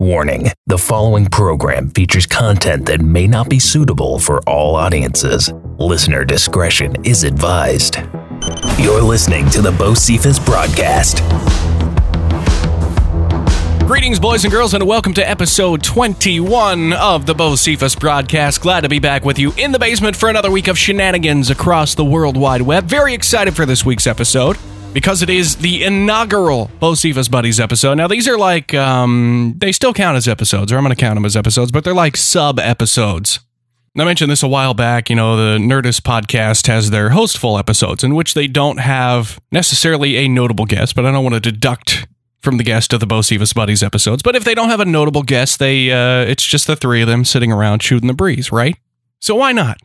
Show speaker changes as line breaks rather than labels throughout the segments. Warning The following program features content that may not be suitable for all audiences. Listener discretion is advised. You're listening to the Bo Cephas broadcast.
Greetings, boys and girls, and welcome to episode 21 of the Bo Cephas broadcast. Glad to be back with you in the basement for another week of shenanigans across the World Wide Web. Very excited for this week's episode because it is the inaugural Bo Cephas Buddies episode. Now, these are like, um, they still count as episodes, or I'm going to count them as episodes, but they're like sub episodes. And I mentioned this a while back. You know, the Nerdist podcast has their hostful episodes in which they don't have necessarily a notable guest, but I don't want to deduct from the guest of the Bo Sivas Buddies episodes. But if they don't have a notable guest, they uh, it's just the three of them sitting around shooting the breeze, right? So why not?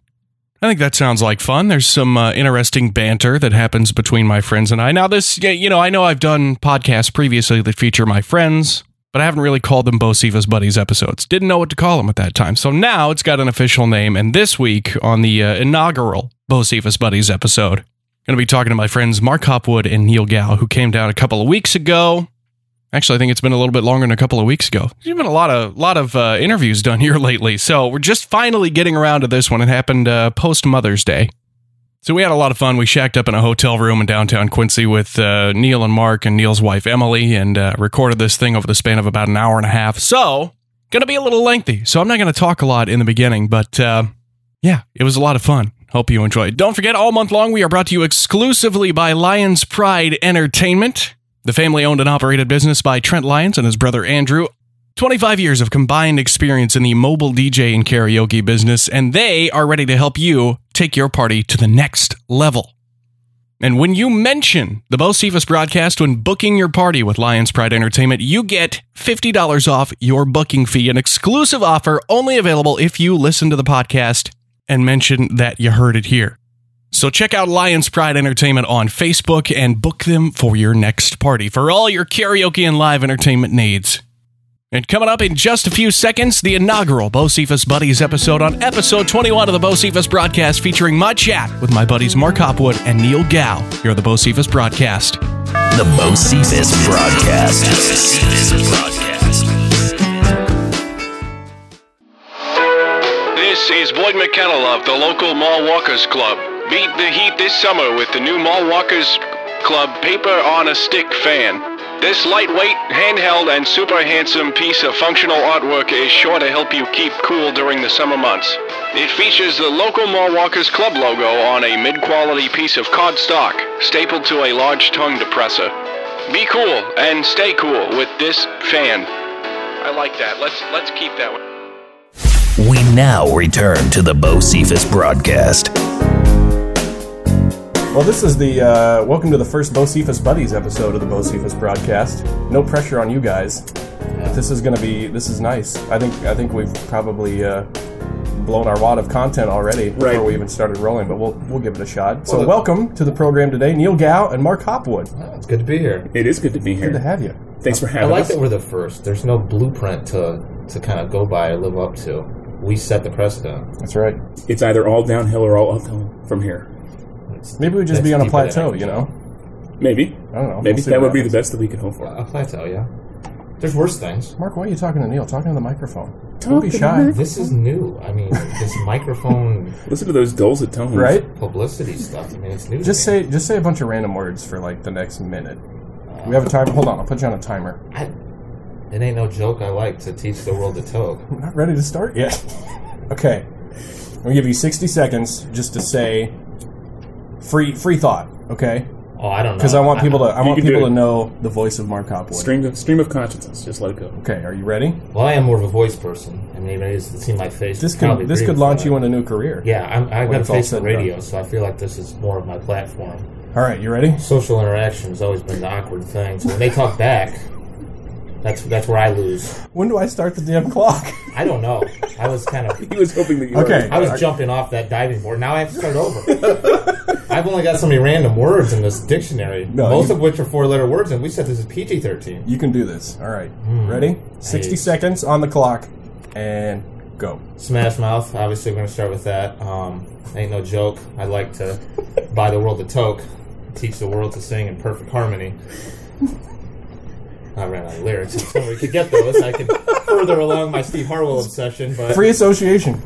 I think that sounds like fun. There's some uh, interesting banter that happens between my friends and I. Now, this, yeah, you know, I know I've done podcasts previously that feature my friends, but I haven't really called them Bo Siva's Buddies episodes. Didn't know what to call them at that time. So now it's got an official name. And this week on the uh, inaugural Bo Siva's Buddies episode, going to be talking to my friends Mark Hopwood and Neil Gow, who came down a couple of weeks ago. Actually, I think it's been a little bit longer than a couple of weeks ago. There's been a lot of lot of uh, interviews done here lately, so we're just finally getting around to this one. It happened uh, post Mother's Day, so we had a lot of fun. We shacked up in a hotel room in downtown Quincy with uh, Neil and Mark and Neil's wife Emily, and uh, recorded this thing over the span of about an hour and a half. So, gonna be a little lengthy. So I'm not gonna talk a lot in the beginning, but uh, yeah, it was a lot of fun. Hope you enjoyed. Don't forget, all month long, we are brought to you exclusively by Lions Pride Entertainment, the family owned and operated business by Trent Lyons and his brother Andrew. 25 years of combined experience in the mobile DJ and karaoke business, and they are ready to help you take your party to the next level. And when you mention the Bo Cephas broadcast when booking your party with Lions Pride Entertainment, you get $50 off your booking fee, an exclusive offer only available if you listen to the podcast and mention that you heard it here. So check out Lions Pride Entertainment on Facebook and book them for your next party for all your karaoke and live entertainment needs. And coming up in just a few seconds, the inaugural Bo Cephas Buddies episode on episode 21 of the Bo Cephas broadcast featuring my chat with my buddies Mark Hopwood and Neil Gow. You're the Bo Cephas broadcast.
The Bo Cephas broadcast.
This is Boyd McKennell of the local Mall Walkers Club. Beat the heat this summer with the new Mall Walkers Club paper on a stick fan. This lightweight, handheld, and super handsome piece of functional artwork is sure to help you keep cool during the summer months. It features the local Mall Walkers Club logo on a mid-quality piece of cardstock stapled to a large tongue depressor. Be cool and stay cool with this fan. I like that. Let's let's keep that one.
We now return to the Bo Cephas broadcast.
Well, this is the uh, welcome to the first Bo Cephas Buddies episode of the Bo Cephas broadcast. No pressure on you guys. This is gonna be this is nice. I think I think we've probably uh, blown our wad of content already
Right.
before we even started rolling, but we'll we'll give it a shot. So, welcome to the program today, Neil Gow and Mark Hopwood.
It's good to be here.
It is good to be here.
Good to have you.
Thanks for
I
having
like
us.
that we're the first. There's no blueprint to to kind of go by or live up to. We set the precedent.
That's right.
It's either all downhill or all uphill from here.
Maybe we just
That's
be on a
deeper than
plateau,
I-
you know?
Maybe.
I don't know.
Maybe
We'll see
that
what
would be the
happens.
best that we could hope for.
A plateau, yeah. There's worse things.
Mark, why are you talking to Neil? Talking to the microphone. Don't be shy.
This is new. I mean, this microphone
Listen to those dulcet tones.
Right?
publicity stuff. I mean, it's new. to
Just
me.
say just say a bunch of random words for like the next minute. We have a timer. Hold on, I'll put you on a timer.
I, it ain't no joke. I like to teach the world to talk.
I'm not ready to start yet. okay. I'm gonna give you 60 seconds just to say free free thought, okay?
Oh, I don't know.
Because I want people to I
Uh, You
want
can do
people
it.
to know the voice of Mark Hopwood.
Stream of, stream of consciousness. Just let it go.
Okay, are you ready?
Well, I am more of a voice person. I mean, it is- it seemed my face.
This
would probably
could this
agree
could
with
launch
that.
you in a new career.
Yeah, I'm, I got a
it's all
face
said
in
and done.
radio, so I feel like this is more of my platform.
All right, you ready?
social interaction has always been the awkward thing. So when they talk back, that's that's where I lose.
When do I start the damn clock?
I don't know. I was kind of
He was hoping that you
Okay.
I was jumping off that diving board. Now I have to start over. I've only got so many random words in this dictionary,
No,
most
you-
of which are four letter words, and we said this is PG thirteen.
You can do this. All right.
Hmm.
Ready? 60
Nice.
seconds on the clock and go.
Smash Mouth. Obviously, we're gonna start with that. Um, ain't no joke. I like to buy the world a toke, teach the world to sing in perfect harmony. I ran out of lyrics. If somebody could get those, I could further along my Steve Harwell obsession, but
Free association.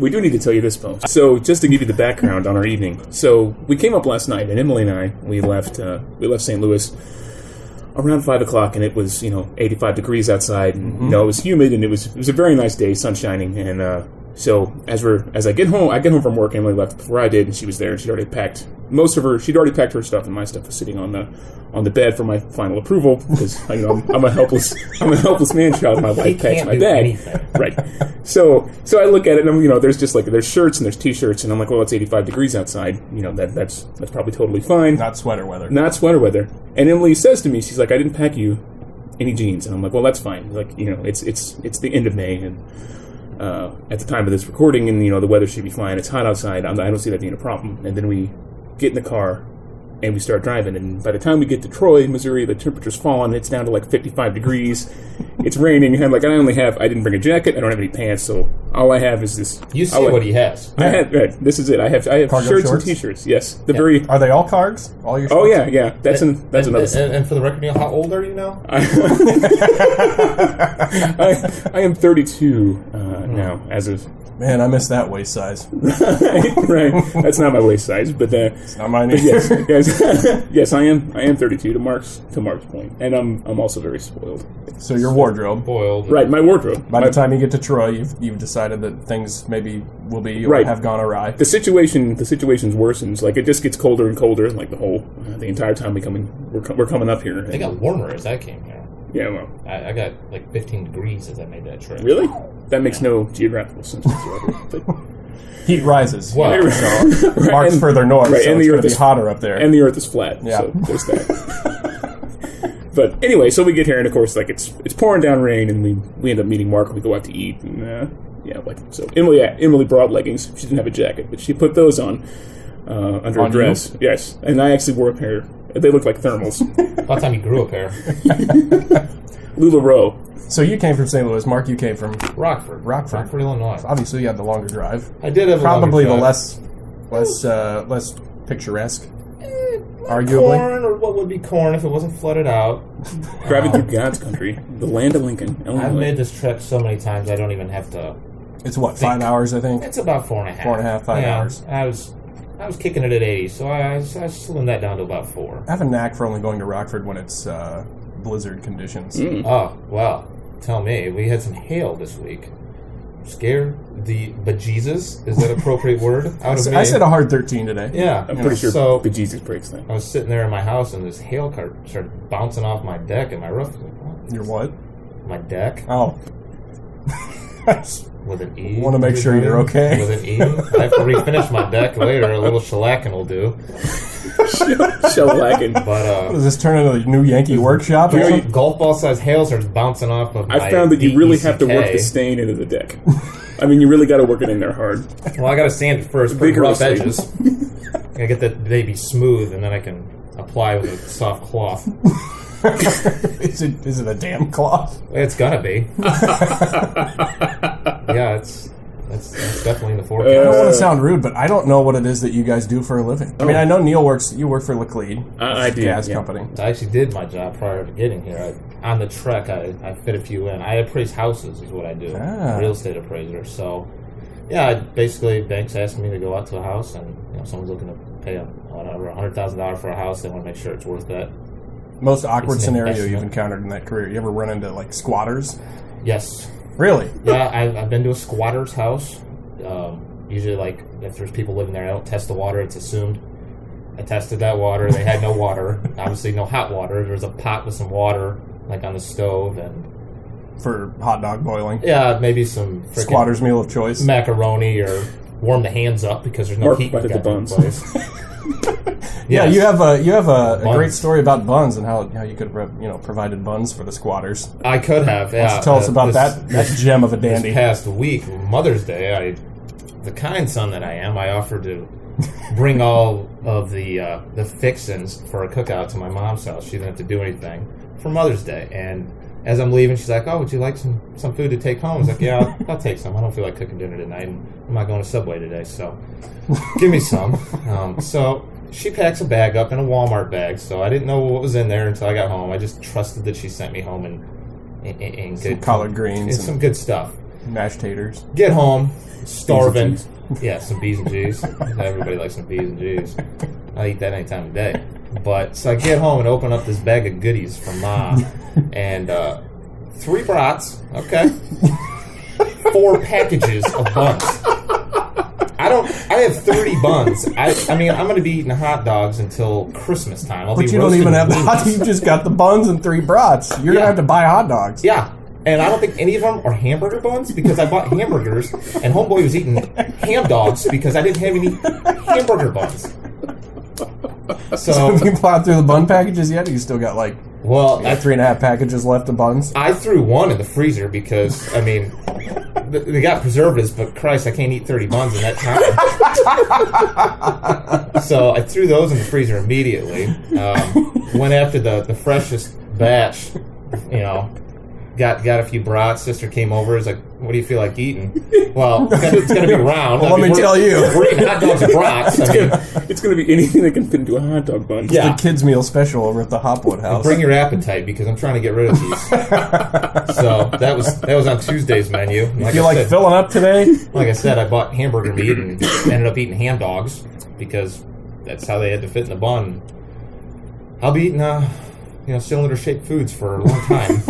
We do need to tell you this, post. So, just to give you the background on our evening. So, we came up last night, and Emily and I we left uh, we left St. Louis around five o'clock, and it was you know eighty five degrees outside, and
Mm-hmm.
you know it was humid, and it was it was a very nice day, sun shining, and uh, so as we're as I get home, I get home from work. Emily left before I did, and she was there, and she'd already packed most of her. She'd already packed her stuff, and my stuff was sitting on the on the bed for my final approval because you know I'm, I'm a helpless I'm a helpless man child. My wife packs
can't
my
do
bag,
anything.
right? So so I look at it, and I'm, you know there's just like there's shirts and there's t-shirts, and I'm like, well, it's 85 degrees outside. You know that that's that's probably totally fine
Not sweater weather.
not sweater weather. And Emily says to me, she's like, I didn't pack you any jeans, and I'm like, well, that's fine. Like, you know, it's it's it's the end of May, and uh, at the time of this recording, and you know, the weather should be fine. It's hot outside. I'm, I don't see that being a problem. And then we get in the car and we start driving. And by the time we get to Troy, Missouri, the temperature's fallen. It's down to like 55 degrees. it's raining. And I'm like, I only have. I didn't bring a jacket. I don't have any pants. So all I have is this.
you see
all I-
what he has.
I had. right, This is it. I have. I have
Cargo
shirts
shorts?
and t-shirts. Yes, the very.
Are they all cards? All your
Oh
shirts?
yeah, yeah. That's an, that's
and,
another.
and, and for the record, Neil, how old are you now?
I, I am 32 uh,
Hmm.
now, as of
Man, I miss that waist size.
right. That's not my waist size, but uh,
Not mine.
yes, yes, yes, I am. I am 32 to Mark's to Mark's point, and I'm I'm also very spoiled.
So your wardrobe.
Boiled.
Right, my wardrobe.
By
my,
the time you get to Troy, you've, you've decided that things maybe will be or
Right.
have gone awry.
the situation the situation's worsens. Like it just gets colder and colder. Like the whole uh, the entire time we coming we're, co- we're coming up here.
They got warmer as I came here.
yeah, well,
I, I got like 15 degrees as I made that trip.
really, that makes no geographical sense whatsoever. but,
Heat rises.
Wow.
Here we
So,
Right,
Mark's
and-
further north,
right,
so
and
it's
the
going
earth
to be
is-
hotter up there.
and the Earth is flat.
Yeah.
So there's that. but anyway, so we get here, and of course, like it's it's pouring down rain, and we we end up meeting Mark, and we go out to eat, and uh, yeah, like so Emily uh, Emily brought leggings. She didn't have a jacket, but she put those on uh, under
On
a
you?
dress. Yes, and I actually wore a pair. They looked like thermals.
By the time you grew a pair.
Lularoe.
so you came from St. Louis. Mark, you came from,
Rockford.
Rockford.
Rockford, Illinois.
obviously, you had the longer drive.
I did have a
Probably the
longer drive.
less less uh, less picturesque. Arguably.
corn, or what would be corn if it wasn't flooded out.
Driving through God's country, the land of Lincoln, Illinois.
Mm-hmm.
I've made this trip so many times I don't even have to.
It's what, five hours, I think?
It's about four and a half.
Four and a half, five
Yeah,
hours.
I was, I was kicking it at 80, so I, I slimmed that down to about four.
I have a knack for only going to Rockford when it's uh, blizzard conditions.
Mm,
Oh, well, tell me. We had some hail this week. Scared the bejesus. Is that an appropriate word? Out of me.
I said a hard 13 today.
yeah.
I'm pretty sure
So
Jesus breaks that.
I was sitting there in my house, and this hail cart started bouncing off my deck and my roof. I was like, "What?"
You're what?
My deck
Oh.
with an E.
Wanna make sure you're okay.
With an E. I have to refinish my deck later. A little shellacking will do.
Shellacking.
But uh,
Does this turn into a new Yankee workshop? or
golf-
something?
golf ball sized hail starts bouncing off of.
I
my
found that you
E
really have to work
DECK.
the stain into the deck. I mean, you really got to work it in there hard.
Well, I gotta sand it first, put rough
Vigorously.
edges. I get that they be smooth, and then I can apply with a soft cloth.
is, it, is it a damn cloth?
It's gonna be. yeah, it's that's, that's definitely in the
I don't
forecast.
want to sound rude, but I don't know what it is that you guys do for a living.
Oh.
I mean, I know Neil works. You work for Laclede,
Uh,
I, I do.
gas
yeah.
company.
I actually did my job prior to getting here. I, on the trek, I, I fit a few in. I appraise houses, is what I do.
Ah.
Real estate appraiser. So, yeah, I, basically, banks ask me to go out to a house, and you know, someone's looking to pay a, whatever hundred thousand dollars for a house. They want to make sure it's worth that.
Most awkward
It's an
scenario
investment.
you've encountered in that career. You ever run into like squatters?
Yes,
Really?
Yeah, I, I've been to a squatter's house. Um, usually, like if there's people living there, I don't test the water. It's assumed. I tested that water. They had no water. Obviously, no hot water. There was a pot with some water, like on the stove, and
For hot dog boiling,
yeah, maybe some frickin'
squatters' meal of choice.
macaroni or warm the hands up because there's no
Mark
heat.
wanted
got
the
in
buns.
place.
Yeah,
Yes.
you have a you have a, a great
Buns.
story about buns and how, how you could have you know provided buns for the squatters.
I could have. Yeah,
Tell us
uh,
about
this-
that that gem of a dandy.
This past week, Mother's Day, I, the kind son that I am, I offered to bring all of the uh, the fixins for a cookout to my mom's house. She didn't have to do anything for Mother's Day. And as I'm leaving, she's like, "Oh, would you like some some food to take home?" I was like, "Yeah, I'll, I'll take some. I don't feel like cooking dinner tonight, and I'm not going to Subway today, so give me some." Um, so. She packs a bag up in a Walmart bag, so I didn't know what was in there until I got home. I just trusted that she sent me home and and, and- and
Some
good
collard greens
and some good stuff.
mashed taters.
Get home, starving.
Bees
Yeah, some bees and G's. Everybody likes some bees and G's. I eat that any time of day. But so I get home and open up this bag of goodies for mom, and uh, three brats. Okay, four packages of buns. I don't. I have thirty buns. I, I mean, I'm going to be eating hot dogs until Christmas time. I'll
But you
be
don't
roasting
even have the
wings.
hot. You just got the buns and three brats. You're
Yeah.
gonna have to buy hot dogs.
Yeah. And I don't think any of them are hamburger buns because I bought hamburgers and Homeboy was eating ham dogs because I didn't have any hamburger buns. So, Oh.
Have you plowed through the bun packages yet? You still got like
well, I,
three and a half packages left of buns.
I threw one in the freezer because, I mean, th- they got preservatives, but Christ, I can't eat 30 buns in that time. so I threw those in the freezer immediately. Um, went after the, the freshest batch, you know. Got got a few brats. Sister came over. Is like, what do you feel like eating? Well, it's gonna, it's gonna be round.
Well, let
I
me
we're-
tell you.
we're eating hot dogs and brats. I mean,
it's going to be anything that can fit into a hot dog bun.
yeah,
The kids meal special over at the Hopwood House.
Bring your appetite because I'm trying to get rid of these. so that was that was on Tuesday's menu. Like
you
I
like
said,
filling up today?
like I said, I bought hamburger meat and ended up eating ham dogs because that's how they had to fit in the bun. I'll be eating uh, you know cylinder shaped foods for a long time.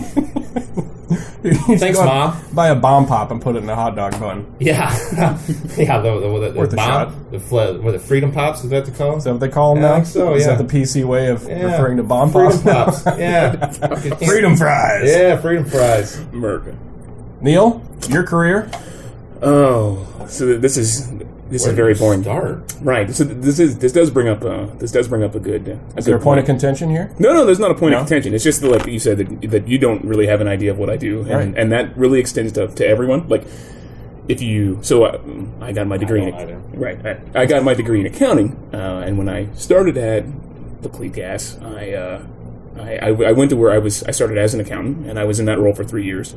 Thanks, Mom.
Buy a bomb pop and put it in a hot dog bun.
yeah, yeah. The, the, the,
Worth a
the bomb,
shot.
the fl- where the freedom pops is that the call?
Is that what they call them
Yeah, I
now?
think so,
Is
yeah.
that the PC way of
Yeah.
referring to bomb
freedom
pops? now?
pops. Yeah,
Freedom fries.
Yeah, freedom fries.
America.
Neil, your career?
Oh, so th- this is this is very boring.
Start.
Right. So th- this is this does bring up uh, this does bring up a good. Uh, a
Is there a
good
point of contention here?
No, no, there's not a point
No?
of contention. It's just that, like you said that, that you don't really have an idea of what I do, and,
Right.
and that really extends to, to everyone. Like, if you, so I, I got my degree.
don't either.
in, right, I, I got my degree in accounting, uh, and when I started at Bleak Gas, I, uh, I, I, I went to where I was. I started as an accountant, and I was in that role for three years.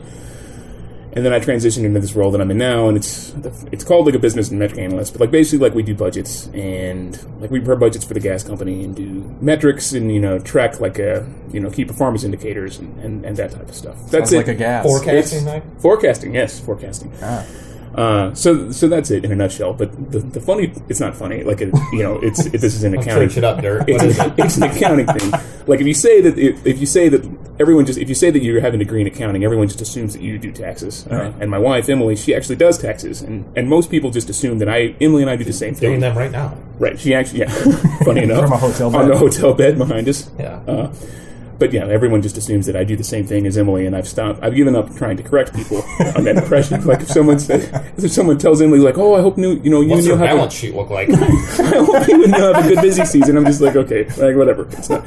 And then I transitioned into this role that I'm in now, and it's it's called like a business and metric analyst. But like basically, like we do budgets and like we prepare budgets for the gas company and do metrics and you know track like uh you know key performance indicators and, and, and that type of stuff. That's
Sounds
it.
like a gas.
Forecasting
It's-
night.
Forecasting, yes, forecasting.
Ah.
Uh, so so that's it in a nutshell. But the, the funny, it's not funny. Like it, you know, it's it, this is an accounting.
Church it up, dirt. What
It's,
is it?
an, it's an accounting thing. Like if you say that if, if you say that everyone just if you say that you have a degree in accounting, everyone just assumes that you do taxes. Uh, And my wife Emily, she actually does taxes, and, and most people just assume that I Emily and I do the same
Doing
thing.
them right now.
Right? She actually, yeah. funny enough,
From a hotel
on
bed.
the hotel bed behind us.
Yeah.
Uh, but yeah, everyone just assumes that I do the same thing as Emily, and I've stopped. I've given up trying to correct people on that impression. Like if someone said, if someone tells Emily, like, "Oh, I hope new, you know, you
What's
knew
your
how to
balance sheet look like?
I hope you would not have a good busy season. I'm just like, okay, like whatever. It's not,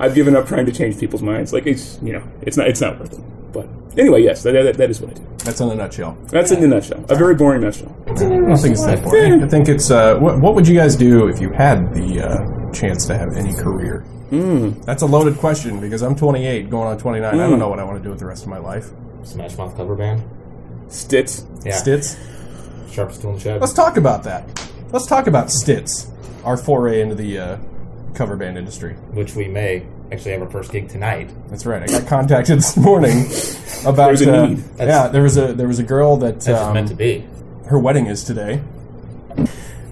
I've given up trying to change people's minds. Like it's you know, it's not it's not worth it. But anyway, yes, that, that, that is what I do.
That's in a nutshell.
That's in a nutshell. A very boring nutshell.
I don't think it's that boring. I think it's uh, what, what would you guys do if you had the uh, chance to have any career?
Hmm.
Mm. That's a loaded question because I'm 28, going on 29. I don't know what I want to do with the rest of my life.
Smash Mouth cover band.
Stits.
Yeah.
Stits.
Sharp stool and shed.
Let's talk about that. Let's talk about Stits, our foray into the uh, cover band industry.
Which we may actually have our first gig tonight.
That's right. I got contacted this morning about
There's a
uh,
need.
yeah. There was a there was a girl that
That's just
um,
meant to be.
her wedding is today.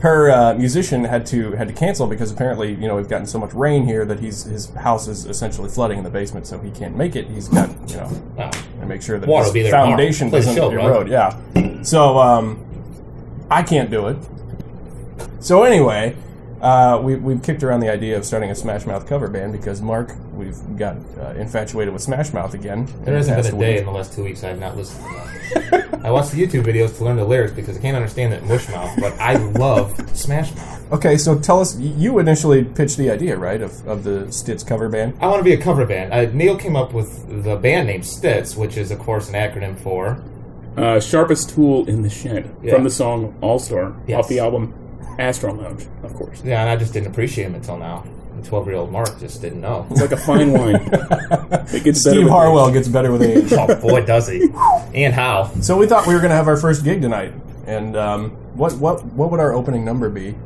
Her uh, musician had to had to cancel because apparently you know we've gotten so much rain here that he's his house is essentially flooding in the basement, so he can't make it. He's got you know
Wow.
and make sure that
Water
his
will be there tomorrow.
foundation
Play the
doesn't
show, bro.
erode. Yeah. So um, I can't do it. So anyway, uh, we, we've kicked around the idea of starting a Smash Mouth cover band because Mark, we've got uh, infatuated with Smash Mouth again.
There
in the
hasn't
past
been a day
week.
in the last two weeks I have not listened to that. I watched the YouTube videos to learn the lyrics because I can't understand that mush mouth, but I love Smash Mouth.
Okay, so tell us. y- You initially pitched the idea, right, of, of the Stitz cover band?
I want to be a cover band. Uh, Neil came up with the band name Stitz, which is, of course, an acronym for.
Uh, sharpest tool in the shed
Yeah.
from the song All Star
Yes.
off the album Astro Lounge, of course.
Yeah, and I just didn't appreciate him until now. 12 year old Mark just didn't know.
It's like a fine wine. It gets better
Steve
with
Harwell gets better with age.
oh, boy, does he. And how.
so we thought we were going to have our first gig tonight, and um, what what what would our opening number be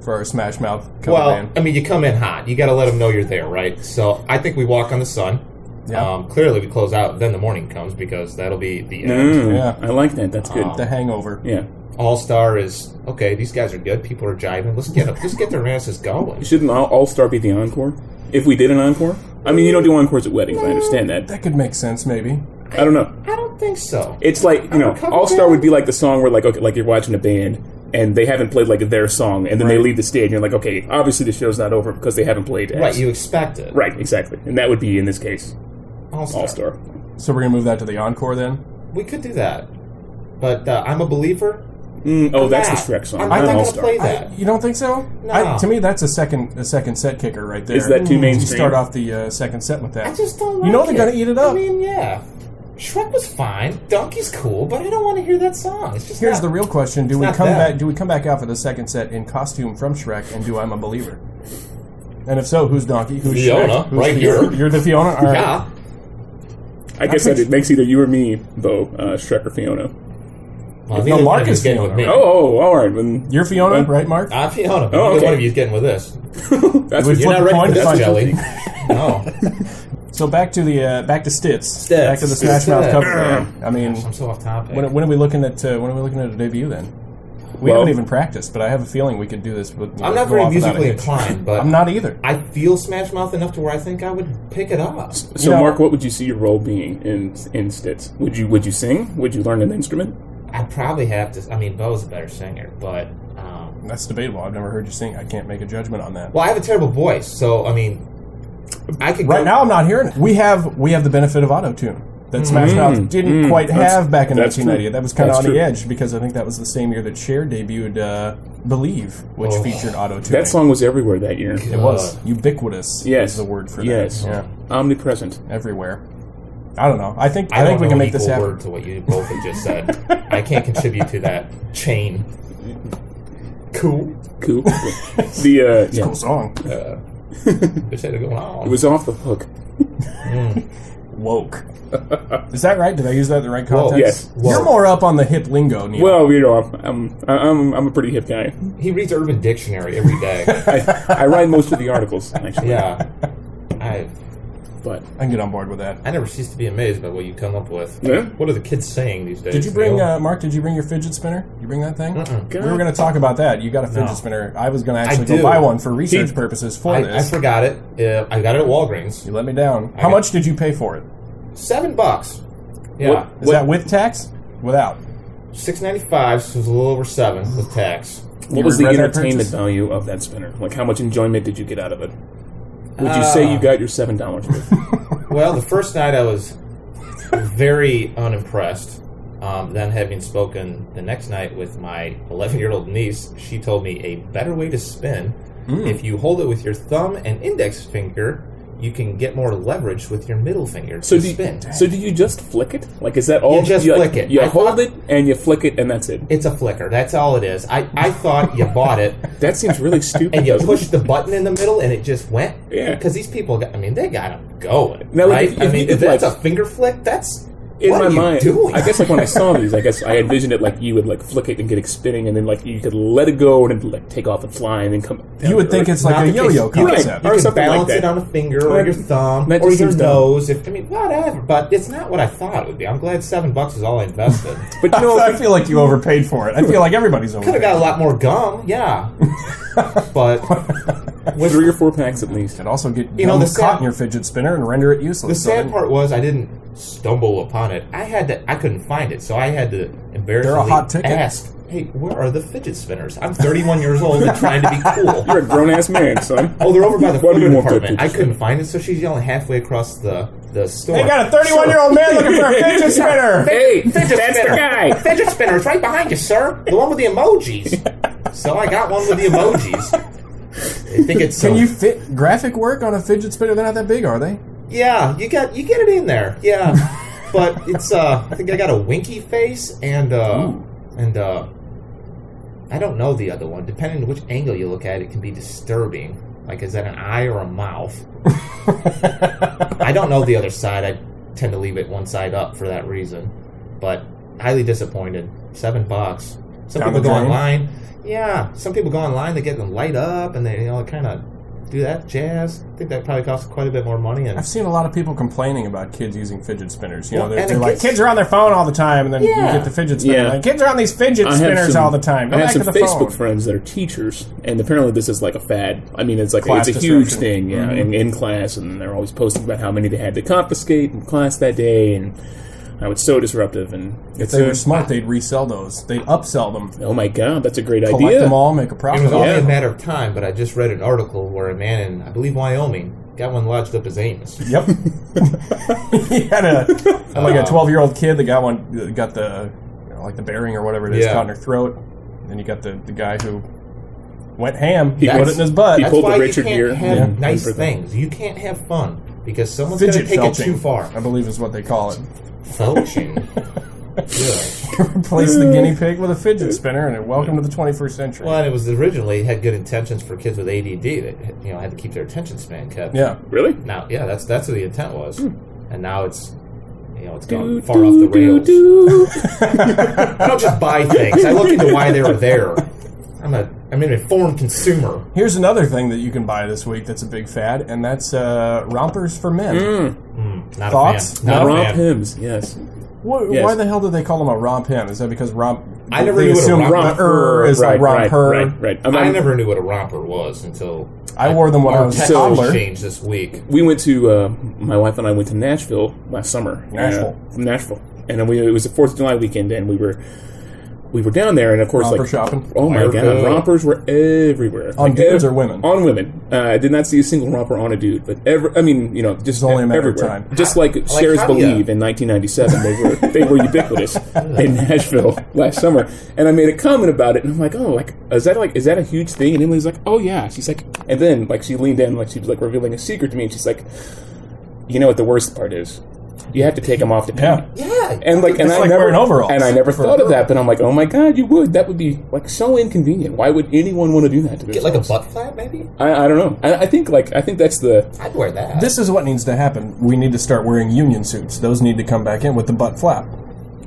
for our Smash Mouth cover
Well,
band?
I mean, you come in hot. You got to let them know you're there, right? So I think we walk on the sun.
Yeah.
Um, clearly, we close out. Then the morning comes because that'll be the end.
Mm,
Yeah. Oh.
I like that. That's good.
The hangover.
yeah.
All Star is okay. These guys are good. People are jiving. Let's get up. Let's get their asses going.
Shouldn't All Star be the encore? If we did an encore? I mean, you don't do encores at weddings. I understand that.
That could make sense, maybe.
I don't know.
I don't think so.
It's like you know,
Undercover
All Star
Band?
would be like the song where like okay, like you're watching a band and they haven't played like their song, and then they
Right.
leave the stage, and you're like, okay, obviously the show's not over because they haven't played. X.
right, you expect it.
Right, exactly, and that would be in this case
All Star.
All Star.
So we're gonna move that to the encore then.
We could do that, but uh, I'm a believer.
Mm, oh, that's the
Yeah.
Shrek song.
I'm
not
not
All
going to
Star.
play that.
You don't think so?
No.
I, to me, that's a second a second set kicker right there. Mm.
Is that too
You
mainstream?
Start off the uh, second set with
I
that.
just don't. Like
You know they're
going
gonna eat it up.
I mean, yeah. Shrek was fine. Donkey's cool, but I don't want to hear that song. It's just
Here's
not-
the real question: Do we
not
come
bad.
back? Do we come back out for the second set in costume from Shrek? And do I'm a believer? And if so, who's Donkey? Who's
Fiona,
Shrek? Who's
right
Fiona?
here.
You're the Fiona. All right.
Yeah.
I guess that it makes either you or me, Bo, uh, Shrek or Fiona.
Well,
No,
neither one
Mark
of you's
is
getting
Fiona,
with me.
Oh, oh, all right. When
You're Fiona,
Well,
right, Mark?
I'm Fiona. but
Oh,
Neither
okay.
one of you's getting with this.
that's
We
what
You're
you
Flip
not
a
ready
coin
for
to
this,
find
Jelly. no.
So back to the uh, back to Stitz.
Stitz.
Back to the Smash
Stitz.
Mouth cover. I mean,
I'm so off topic.
when, when are we looking at uh, when are we looking at a debut then? We
Well-
haven't even practiced, but I have a feeling we could do this. With,
I'm not
go
very
off without a
musically
hitch.
inclined, but
I'm not either.
I feel Smash Mouth enough to where I think I would pick it up.
So,
You know-
Mark, what would you see your role being in in Stitz? Would you would you sing? Would you learn an instrument?
I'd probably have to. I mean, Bo's a better singer, but um,
That's debatable. I've never heard you sing. I can't make a judgment on that.
well, I have a terrible voice, so I mean, I could
right
go,
now, I'm not hearing it. We have we have the benefit of auto tune that Smash Mouth didn't
Mm.
quite
That's-
have back in
that's
1990.
true.
That was kind of
That's
on the
true.
edge because I think that was the same year that Cher debuted uh, "Believe," which
Oh.
featured auto tune.
That song was everywhere that year.
it was ubiquitous.
Yes.
is the word for
Yes.
that. Yeah.
Omnipresent.
everywhere. I don't know. I think
I,
I, think
don't
we
know
can
an
make this
equal
happen.
word to what you both have just said. I can't contribute to that chain. Cool.
Cool. the uh, yeah,
Cool song.
Uh, wish I had going on. Mm.
it was off the hook.
Woke. Is that right? Did I use that in the right context?
Yes.
You're more up on the hip lingo, Neil.
Well, you know, I'm I'm, I'm, I'm a pretty hip guy.
He reads Urban Dictionary every day.
I, I write most of the articles actually.
yeah. I
But
I can get on board with that.
I never cease to be amazed by what you come up with.
Yeah.
What are the kids saying these days?
Did you bring
Neil?
uh, Mark? Did you bring your fidget spinner? You bring that thing?
Mm-mm.
We were going to talk about that. You got a fidget
No.
spinner. I was going to actually go
do.
buy one for research
He-
purposes for
I, I
this.
forgot it. Uh, I got it at Walgreens.
you let me down. How
got-
much did you pay for it?
Seven bucks. Yeah,
Is that with tax? Without.
six ninety five. So it was a little over seven with tax.
what was the
regret that
entertainment
purchase?
value of that spinner? Like, how much enjoyment did you get out of it? Would you
Uh,
say you got your seven dollars worth?
Well, the first night I was very unimpressed. Um, then, having spoken the next night with my 11 year old niece, she told me a better way to spin.
Mm.
If you hold it with your thumb and index finger, you can get more leverage with your middle finger
So
to
do, you,
spin.
so do you just flick it? Like, is that all?
You just
like,
flick it.
You
I
hold
thought-
it and you flick it, and that's it.
it's a flicker. That's all it is. I, I thought you bought it
That seems really stupid.
and you
doesn't it?
pushed the button in the middle and it just went.
Yeah.
Because these people, got, I mean, they got them going.
Now, like,
right?
if-
I
if
mean,
you
if
could,
that's
like-
a finger flick, that's.
in
what
my
are you
mind.
doing?
I guess like when I saw these, I guess I envisioned it like you would like flick it and get spinning, and then like you could let it go and then like take off and fly, and then come. down
You would
to
think
earth.
it's like
Not
a
the case.
yo-yo
You can-
concept.
or
You can
something like
balance
that.
it on a finger or
Right.
your thumb
That
or
just
your
seems dumb.
nose. If I mean, whatever. But it's not what I thought it would be. I'm glad seven bucks is all I invested.
But you know,
I feel like you overpaid for it. I feel like everybody's
Could have
overpaid.
got a lot more gum, yeah. but
three or four packs at least.
And also get
You know,
gum
the
caught
sad-
in your fidget spinner and render it useless.
the
So then-
sad part was I didn't stumble upon it. I had to. I couldn't find it, so I had to embarrassingly
hot ticket.
ask, "Hey, where are the fidget spinners? I'm 31 years old and trying to be cool."
You're a grown ass man, son.
Oh, they're over by the
Why do
photo
you want that
department. I
picture?
couldn't find it, so she's yelling halfway across the the store.
They got a 31 year old man looking for a fidget spinner.
Hey, that's the
The
guy.
fidget spinner is right behind you, sir. The one with the emojis. so I got one with the emojis. I think it's so.
Can you fit graphic work on a fidget spinner? They're not that big, are they?
yeah, you got you get it in there. Yeah, but it's uh, I think I got a winky face and uh,
Hmm.
and uh, I don't know the other one. Depending on which angle you look at, it can be disturbing. Like, is that an eye or a mouth? I don't know the other side. I tend to leave it one side up for that reason. But highly disappointed. Seven bucks. Some
Down
people
the
go
drain?
online. Yeah, some people go online. They get them light up, and they you know kind of do that jazz. I think that probably costs quite a bit more money. And
I've seen a lot of people complaining about kids using fidget spinners. You know,
Well,
they're,
and
they're
it
like,
gets-
kids are on their phone all the time, and then
Yeah.
you get the fidget spinner.
Yeah.
Like, kids are on these fidget
I have
spinners
some-
all the time. Go
I have
back
some
to the
Facebook
phone.
friends that are teachers, and apparently this is like a fad. I mean, it's like
Class
it's a huge
disruption. Mm-hmm.
thing, yeah, in, in class, and they're always posting about how many they had to confiscate in class that day, and how it's so disruptive. And
if
it's
they
a-
were smart, they'd resell those. They'd upsell them,
oh my god, that's a great
collect
idea.
them all, make a
it
profit.
was
off
only
Yeah.
a matter of time. But I just read an article where a man in, I believe, Wyoming got one lodged up his anus.
Yep. he had a like a twelve year old kid that got one got the you know, like the bearing or whatever it is
Yeah.
caught in her throat. Then you got the, the guy who went ham. He
He
put it
pulled-
in his butt.
he
That's
pulled the
why
Richard
you can't
Gere
have
and-
nice
and-
things. You can't have fun because someone's going to
Fidget
take
felching,
it too far.
I believe is what they call it.
Felching.
Replace the guinea pig with a fidget spinner, and welcome to the 21st century.
Well, and it was originally had good intentions for kids with ADD that you know had to keep their attention span kept.
Yeah,
Really?
Now, yeah, that's that's what the intent was, and now it's you know it's gone far off the rails. I don't just buy things. I look into why they were there. I'm a I'm an informed consumer.
here's another thing that you can buy this week that's a big fad, and that's uh, rompers for men.
Mm.
Hmm, Not
Thoughts?
a fan. Not a
Romp
fan.
hymns, Hmm. yes.
Wh-
Yes.
Why the hell do they call them a romp him? Is that because romp?
I never
they
knew what a
assume
romper-
romper is
right,
a romper.
Right, right, right. I'm-
I
I'm-
never knew what a romper was until
I wore them when I
our
was a
text
toddler.
exchange this week.
we went to uh, my wife and I went to Nashville last summer.
Nashville.
uh, from Nashville, and then we it was the Fourth of July weekend, and we were we were down there, and of course,
Romper
like
shopping.
oh my
America.
god, rompers were everywhere
On
Like,
dudes
ev-
or women?
On women, uh, I did not see a single romper on a dude, but ever I mean, you know, just
only a matter of
everywhere.
time.
Just like, Shares
how do ya-
Believe in 1997, they were they were ubiquitous in Nashville last summer, and I made a comment about it, and I'm like, oh, like is that like is that a huge thing? And Emily's like, oh yeah, she's like, and then like she leaned in like she was like revealing a secret to me, and she's like, you know what the worst part is. You have to take them off to pee.
Yeah.
Yeah,
And like, and
It's
I
like
never
wearing overalls.
and I never
For-
thought of that. But I'm like, oh my god, you would. That would be like so inconvenient. Why would anyone want to do that? To
get like a
themselves?
butt flap maybe.
I, I don't know. I, I think like I think that's the
I'd wear that.
This is what needs to happen. We need to start wearing union suits. Those need to come back in with the butt flap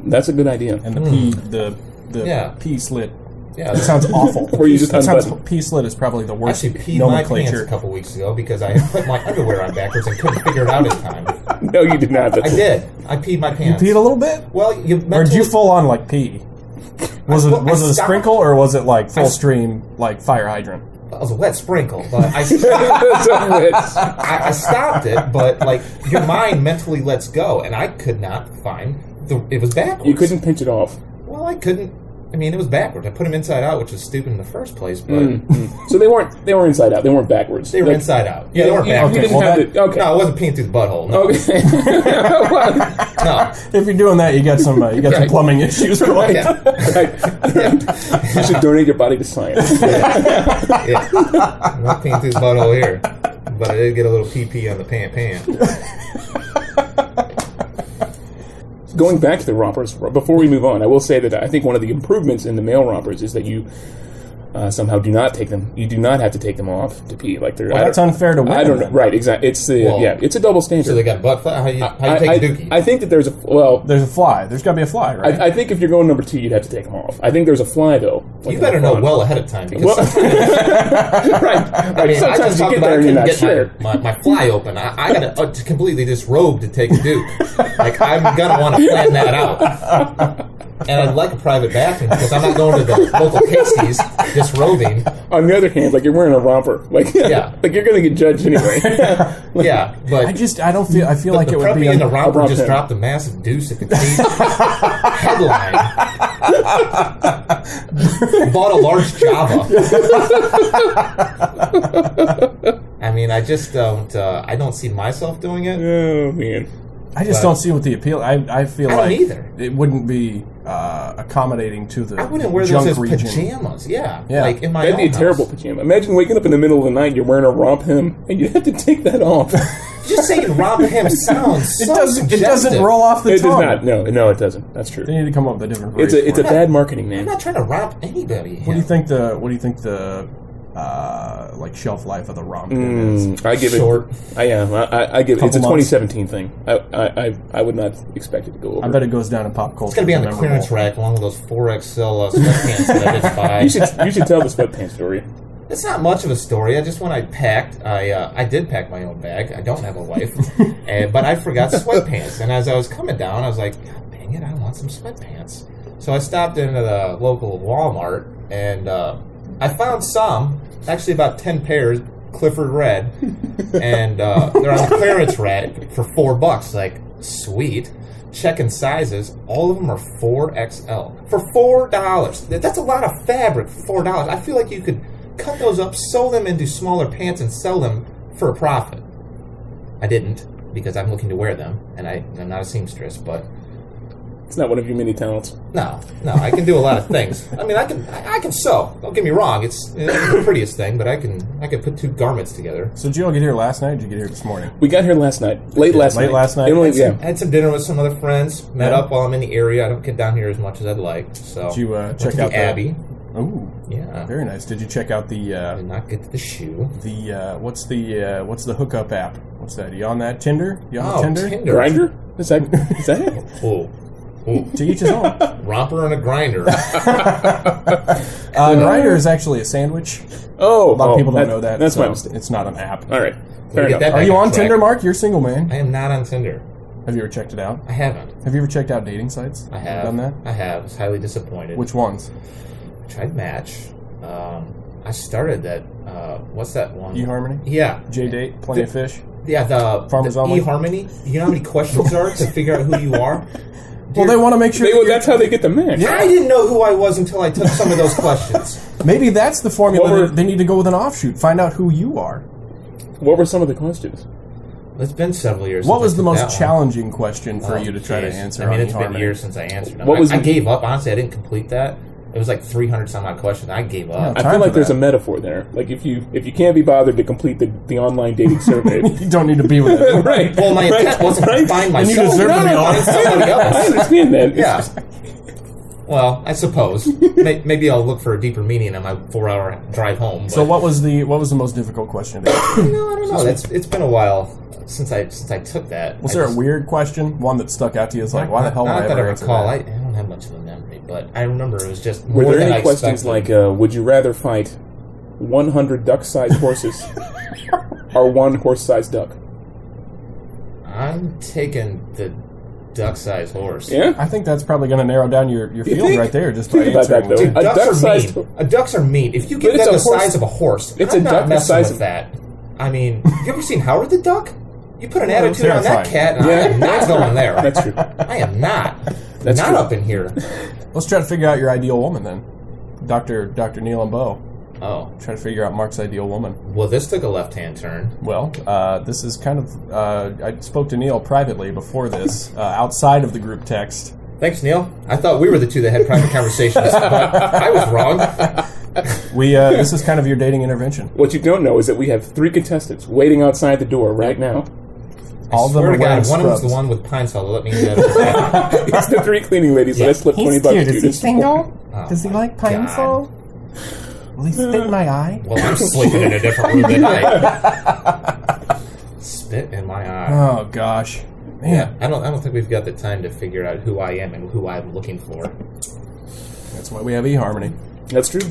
that's a good idea.
and the pee the the
Yeah.
pee slit.
yeah,
That sounds awful.
Or you just
that sounds,
unbutton.
pee slit is probably the worst
actually peed my pants a
nomenclature.
couple weeks ago because I had put my underwear on backwards and couldn't figure it out in time.
No, you did not.
I
That's
did. I peed my pants.
Peed a little bit,
Well, you
or
meant
did
to,
you full on like pee? Was it
well, I
was it a
stopped-
sprinkle or was it like full
s-
stream like fire hydrant?
That was a wet sprinkle, but I,
That's-
I, I stopped it. But like your mind mentally lets go, and I could not find the. It was backwards.
you couldn't pinch it off.
Well, I couldn't. I mean, it was backwards. I put them inside out, which was stupid in the first place. But
Hmm.
Mm, So they weren't. They were inside out. They weren't backwards.
they were
Like,
inside out. Yeah, they
you-
weren't
you
backwards.
didn't
Well,
have to- okay.
No, I wasn't peeing through the butthole. No,
Okay.
no.
If you're doing that, you got some uh, you got some
Right.
plumbing issues. Right?
Yeah.
Right. you should donate your body to science.
Yeah. I'm not peeing through the butthole here. But I did get a little pee pee on the pant pant.
Going back to the rompers, before we move on, I will say that I think one of the improvements in the male rompers is that you uh, somehow do not take them. You do not have to take them off to pee. Like they're. I
Well, that's
don't-
unfair to women.
I don't know.
then.
Right. Exactly. It's the
Well,
yeah. It's a double standard.
So they got butt flap. How you, how you
I,
take
I-
a dookie?
I think that there's a well.
There's a fly. There's got to be a fly, right?
I, I think if you're going number two, you'd have to take them off. I think there's a fly though. Like
you better
a
know
fly.
well ahead of time because
Well-
sometimes-
right.
I mean, I
Sometimes
just
you
talked about
get
I
there and you're
couldn't
not
get
sure.
my, my, my fly open. I, I got to uh, completely disrobe to take a duke. like, I'm going to want to plan that out. And I'd like a private bathroom because I'm not going to the local Casey's disrobing.
On the other hand, like you're wearing a romper, like
Yeah.
like you're gonna get judged anyway.
Yeah,
I
but
just I don't feel I feel like
the
it would
preppy
be
and the
un-
romper
About
just
that.
dropped a massive deuce at the Casey's headline. Bought a large Java. I mean, I just don't. Uh, I don't see myself doing it.
oh man.
I just don't see what the appeal. I I feel
I don't
like
either.
it wouldn't be uh, accommodating to the
I wouldn't wear those
junk
as
region.
pajamas. Yeah,
Yeah.
like in my
That'd be a
own
terrible
house.
pajama. Imagine waking up in the middle of the night, you're wearing a romp hem, and you have to take that off.
Just saying, Rob Ham sounds.
It
so
doesn't it doesn't
suggestive.
roll off the
it
tongue.
does not. No, no, it doesn't. That's true.
They need to come up with a different.
It's
phrase
a it's
for
a
it.
bad marketing
I'm
name.
not trying to romp anybody.
What do you think the What do you think the uh, like shelf life of the rom is?
Mm, I give
Short.
it. I am. I, I, I give it. It's a
Couple months.
2017 thing. I, I I I would not expect it to go over.
I bet it goes down in pop culture.
It's gonna be on the clearance rack along with those four XL uh, sweatpants that I just buy.
you should you should tell the sweatpants story.
It's not much of a story. I just when I packed, I uh, I did pack my own bag. I don't have a wife, and, but I forgot sweatpants. And as I was coming down, I was like, God dang it, I want some sweatpants. So I stopped into the local Walmart and uh, I found some, actually about ten pairs, Clifford Red, and uh, they're on clearance rack for four bucks. Like sweet. Checking sizes, all of them are four XL for four dollars. That's a lot of fabric. for Four dollars. I feel like you could cut those up, sew them into smaller pants, and sell them for a profit. I didn't because I'm looking to wear them, and I, I'm not a seamstress, but
It's not one of your many talents.
no, no, I can do a lot of things. I mean, I can, I, I can sew. Don't get me wrong; it's, it's not the prettiest thing, but I can, I can put two garments together.
So did you all get here last night? Or did you get here this morning?
We got here last night, late last
Late
night.
last night?
Emily, yeah.
I had some dinner with some other friends. Met up while I'm in the area. I don't get down here as much as I'd like. So
Did you uh,
Went
check
to the
out the
Abbey.
Ooh,
Yeah,
very nice. Did you check out the
I
uh,
did not get to the shoe.
the uh, what's the uh, what's the hookup app? What's that? You on that Tinder? You on
Oh,
Tinder?
Tinder.
Grinder? Is that is that it?
Oh, oh,
To each his own.
romper and a grinder.
Uh, Grinder is actually a sandwich. A
Oh,
lot of people don't know that.
That's
so
my mistake.
It's not an app.
All right,
Get
fair enough.
that
Are
back
you on
track.
Tinder, Mark? You're single, man.
I am not on Tinder.
Have you ever checked it out?
I haven't.
Have you ever checked out dating sites?
I
You
have
done that.
I have. I was highly disappointed.
Which ones?
tried Match. Um, I started that. Uh, what's that one?
eHarmony,
Yeah,
J Date, Plenty of Fish.
yeah. The,
Farmers
the
Only?
eHarmony. You know how many questions there are to figure out who you are.
Well, they want to make sure.
They,
that
well,
you're-
that's how they get the match.
I didn't know who I was until I took some of those questions.
Maybe that's the formula.
What were-
that they need to go with an offshoot. Find out who you are.
What were some of the questions?
It's been several years.
What
since I
was the
took
most
that one.
challenging question for
Oh,
you to try
geez.
to answer?
I mean,
on
it's been
eHarmony?
years since I answered. Them.
What
I,
was
I
the-
gave up. Honestly, I didn't complete that. It was like 300 some odd questions. I gave up.
Yeah.
I
Time
feel
for
like there's
that.
a metaphor there. Like if you if you can't be bothered to complete the, the online dating survey,
You don't need to be with it.
right?
Well, my intent wasn't to find
you
myself.
deserve to be
I
honest.
wanted somebody
I
else.
understand that. It's
Yeah.
just-
Well, I suppose. May- Maybe I'll look for a deeper meaning on my four-hour drive home. But,
So, what was the what was the most difficult question? to get?
You know, I don't know. It's, it's been a while since I since I took that.
Was
I
there a
just-
weird question? One that stuck out to you? It's like, why the hell would
Not
I
that I
ever answer
recall. I, I
that?
don't have much of a memory, but I remember it was just
Were
more
there
than
any
I
questions
expected.
like, uh, would you rather fight 100 duck-sized horses or one horse-sized duck?
I'm taking the duck-sized horse.
Yeah,
I think that's probably going to narrow down your, your
You
field
think?
right there. Just
Think
by
about that,
answering it.
Dude,
though. A
ducks are
duck-sized-
mean. A ducks are mean. If you give
But it's
them the
a horse-
size of a horse,
it's
I'm
a
not
duck the
messing
size
with
of-
that. I mean, you ever seen Howard the Duck? You put an attitude on that
terrifying.
cat, and I
Yeah.
am not going there.
that's true.
I am not.
That's
not
true.
up in here.
Let's try to figure out your ideal woman then, Doctor Doctor Neil and Bo.
Oh,
Try to figure out Mark's ideal woman.
well, this took a left-hand turn.
Well, uh, this is kind of. Uh, I spoke to Neil privately before this, uh, outside of the group text.
Thanks, Neil. I thought we were the two that had private conversations. but I was wrong.
We uh, this is kind of your dating intervention.
What you don't know is that we have three contestants waiting outside the door right now.
All of them are
Swear to God,
wearing
if one of them's
scrubs.
the one with pine sol. Let me know.
It's the three cleaning ladies. that I slipped 20 bucks to this.
Oh
Does he
my
like pine
God.
sol? Will he spit in my eye?
Well, I'm sleeping in a different room than I. Spit in my eye.
Oh gosh,
Yeah,
man,
I don't. I don't think we've got the time to figure out who I am and who I'm looking for.
that's why we have eHarmony.
That's true.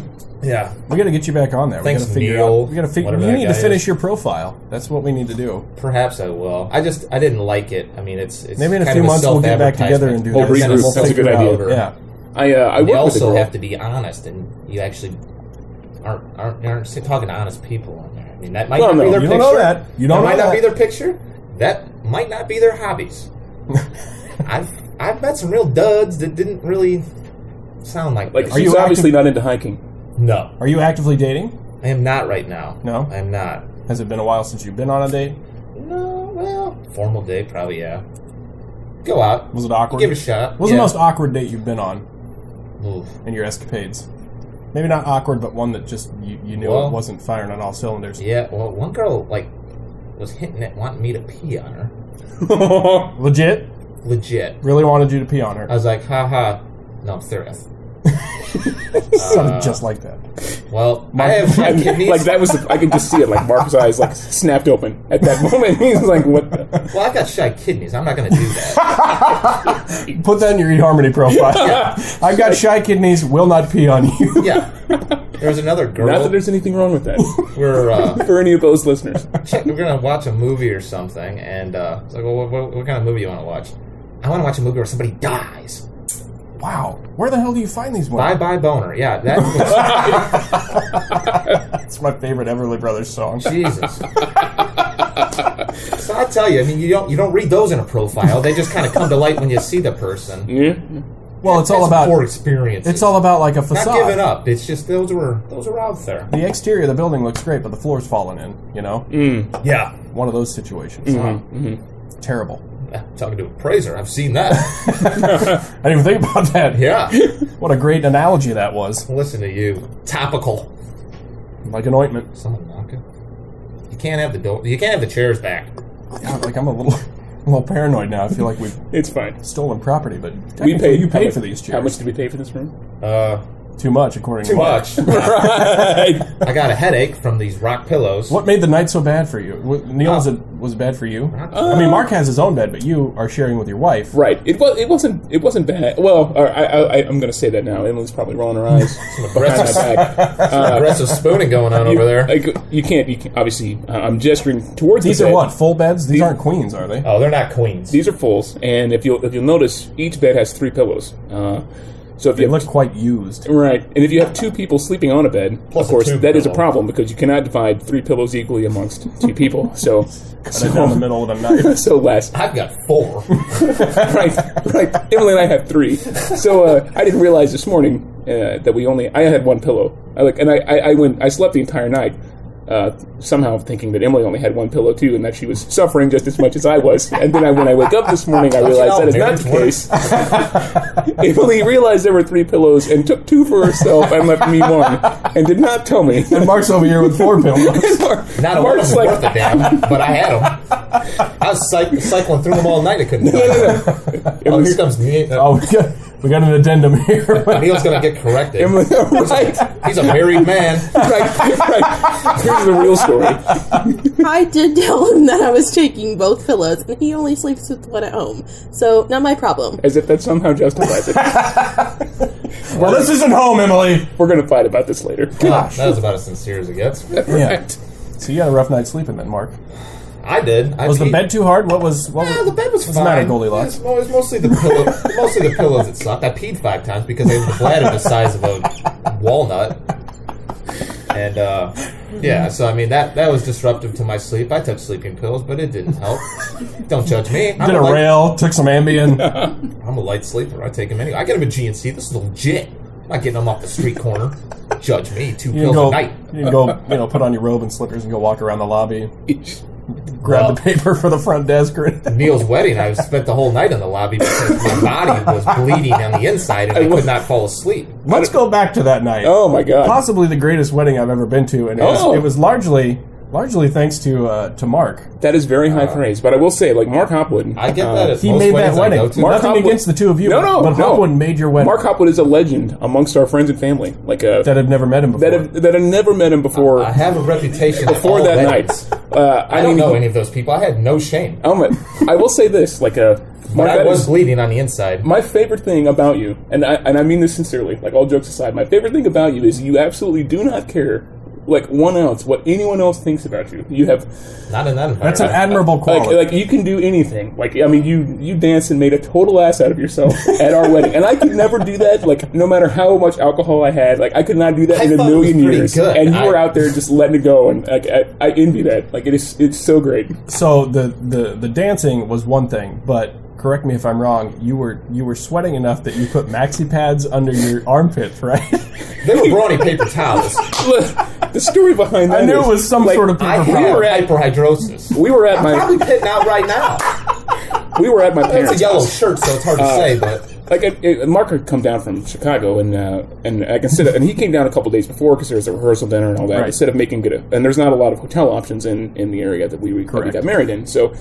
Yeah,
We got to get you back on there.
Thanks,
we got to figure
Neil.
out. We got to figure.
Whatever
You
that
need
guy
to finish
is.
your profile. That's what we need to do.
perhaps I will. I just I didn't like it. I mean, it's, it's
Maybe in a
kind
few
of
months we'll get back together and do
We'll
that.
regroup.
and we'll
Sounds a
figure
good
it
idea.
out. Yeah.
I uh, I
I
worked with a
also
girl.
have to be honest, and you actually aren't aren't, aren't si- talking to honest people on there. I mean, that might
Well,
not be
no,
their
you
picture.
don't know that. You don't know
might
that.
not be their picture. That might not be their hobbies. I've I've met some real duds that didn't really sound like.
like,
this.
she's
you
obviously not into hiking.
no,
Are you actively dating?
I am not right now.
No?
I am not.
Has it been a while since you've been on a date?
No, well, formal day probably. Yeah, go out,
Was it awkward?
give it a shot.
what was
yeah.
the most awkward date you've been on
Oof.
in your escapades? Maybe not awkward, but one that just you, you knew
Well-
it wasn't firing on all cylinders.
Yeah, well, one girl like was hinting at wanting me to pee on her.
Legit,
Legit.
really wanted you to pee on
I
her.
was like, ha ha. No, I'm serious. Uh,
Sounded just like that.
Well, I have my kidneys.
like that was, the, I could just see it. Like Mark's eyes, like snapped open at that moment. He's like, "What? The?
well, I've got shy kidneys. I'm not going to do that.
Put that in your eHarmony profile. I've got shy kidneys. Will not pee on you.
yeah. There was another
Not
girl.
that there's anything wrong with that."
We're uh,
For any of those listeners,
check, we're gonna watch a movie or something, and uh, it's like, well, what, what, what kind of movie you want to watch? I want to watch a movie where somebody dies.
Wow. Where the hell do you find these ones?
Bye bye boner. Yeah, that was
That's my favorite Everly Brothers song.
Jesus. So I tell you, I mean, you don't you don't read those in a profile. They just kind of come to light when you see the person.
yeah,
Well, it's all
That's
about
poor experience.
it's all about like a
not
facade.
giving up. It's just those were those were out there.
The exterior of the building looks great, but the floor's fallen in. You know,
Mm. Yeah,
one of those situations.
Mm-hmm.
Terrible.
talking to an appraiser. I've seen that.
I didn't even think about that.
Yeah,
What a great analogy that was.
listen to you. Topical.
Like an ointment.
Someone knocking. You can't have the door. You can't have the chairs back.
God, like I'm a little, a little paranoid now. I feel like we've
it's fine.
stolen property, but
We paid.
You
how
paid
much-
for these chairs.
How much did we pay for this room?
Uh,
Too much, according
too
to Mark.
much. I got a headache from these rock pillows.
What made the night so bad for you? Wa- Neil was, it was it bad for you. I mean, Mark has his own bed, but you are sharing with your wife.
Right. It was. It wasn't. It wasn't bad. Well, all right, I, I, I, I'm going to say that now. Emily's probably rolling her eyes behind my back.
Aggressive spooning going on over there.
Like, you can't. You can't obviously, uh, I'm gesturing towards.
These
the
are
bed.
what full beds. These Uh, aren't queens, are they?
oh, they're not queens.
These are fulls, and if you'll if you'll notice, each bed has three pillows. Uh, so if
They
you
look quite used.
right, and if you have two people sleeping on a bed,
Plus
of
a
course,
tube
that is a
pillow.
problem because you cannot divide three pillows equally amongst two people. So,
Right down the
so,
middle of the night.
so less.
I've got four.
right, right. Emily and I have three. So uh, I didn't realize this morning uh, that we only I had one pillow. I like, and I, I, I went I slept the entire night. Uh, somehow thinking that Emily only had one pillow too, and that she was suffering just as much as I was. And then I, when I wake up this morning, I realized that is not the case. Emily realized there were three pillows and took two for herself and left me one, and did not tell me.
And Mark's over here with four pillows.
Not a one of
Mark's
them
like,
worth a damn, but I had them. I was cyc- cycling through them all night. I couldn't. Find them. Oh, here comes Neil.
Oh, we got, we got an addendum here.
Oh.
Neil's gonna get corrected.
Emily, right.
He's a married man.
right, right. Here's the real story.
I did tell him that I was taking both pillows, and he only sleeps with one at home. So, not my problem.
As if that somehow justifies it.
well, this isn't home, Emily.
We're going to fight about this later.
Gosh.
That was about as sincere as it gets.
Yeah. So you had a rough night's sleeping then, Mark.
I did. I
Was the
peed-
bed too hard? What was? What
Yeah,
was
the bed was
what's the
fine.
matter, Goldilocks?
It was, well, it was mostly the pillow, mostly the pillows that sucked. I peed five times because they had a bladder the size of a walnut. And uh, yeah, so I mean that that was disruptive to my sleep. I took sleeping pills, but it didn't help. Don't judge me. I'm
Did a
a light,
rail? Took some Ambien.
I'm a light sleeper. I take them anyway. I get them at GNC. This is legit. I'm not getting them off the street corner. Judge me. Two
You can
pills
go.
a night.
You can go. You know, put on your robe and slippers and go walk around the lobby. Grab
Well-
the paper for the front desk. Or anything.
Neil's wedding. I spent the whole night in the lobby because my body was bleeding on the inside and I could not fall asleep.
Let's go back to that night.
Oh my god.
Possibly the greatest wedding I've ever been to, and it,
Oh.
was, it was largely, largely thanks to uh, to Mark.
That is very high praise. But I will say, like Mark Hopwood.
Uh, I get
uh,
that. At
He
most
made that
weddings I
wedding.
go to.
Mark
Nothing
Hopwood-
against the two of you.
No, no,
but
no.
Hopwood made your wedding.
Mark Hopwood is a legend amongst our friends and family. Like a
that had never met him before.
that have, that have never met him before.
I have a reputation
before
at all
that
weddings.
night. Uh, I,
I don't
mean,
know any of those people. I had no shame.
Oh my, I will say this. Like a.
But
Mark,
I
that
was
is-
bleeding on the inside.
my favorite thing about you, and I and I mean this sincerely, like all jokes aside, my favorite thing about you is you absolutely do not care, like one ounce, what anyone else thinks about you. You have
Not in that environment.
That's an admirable
like,
quality.
like you can do anything. Like I mean, you you danced and made a total ass out of yourself at our wedding, and I could never do that. Like no matter how much alcohol I had, like I could not do that
I
in a
thought it was
million
pretty
years.
good.
And you were
I-
out there just letting it go, and like I, I envy that. Like it is, it's so great.
so the, the the dancing was one thing, but correct me if I'm wrong. You were you were sweating enough that you put maxi pads under your armpits, right?
They were brawny paper towels.
Look, the story behind that
I knew
is,
it was some
like,
sort of paper
I
problem.
have hyperhidrosis.
We were at
Probably
my
pitting out right now.
we were at my parents'
It's a yellow
house.
shirt, so it's hard to
Uh,
say, but
like it, it, Mark had come down from Chicago, and uh, and I can sit and he came down a couple days before because there was a rehearsal dinner and all that.
Right.
Instead of making good, and there's not a lot of hotel options in in the area that we, that we
Correct.
got married in, so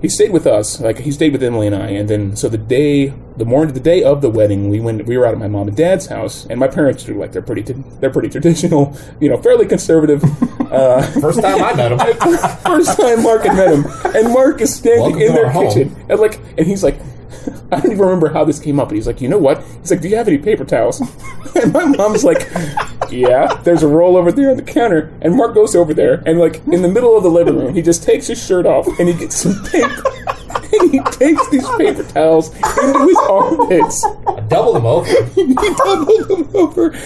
he stayed with us. Like he stayed with Emily and I, and then so the day, the morning, the day of the wedding, we went. We were out at my mom and dad's house, and my parents are like they're pretty, they're pretty traditional, you know, fairly conservative. uh,
First time I met him.
First time Mark had met him, and Mark is standing
Welcome
in
to
their
our home.
kitchen, and like, and he's like, I don't even remember how this came up, but he's like, you know what? He's like, do you have any paper towels? And my mom's like, yeah, there's a roll over there on the counter, and Mark goes over there, and like in the middle of the living room, he just takes his shirt off and he gets some tape. And he takes these paper towels into his armpits.
I doubled him over.
And he doubled them over.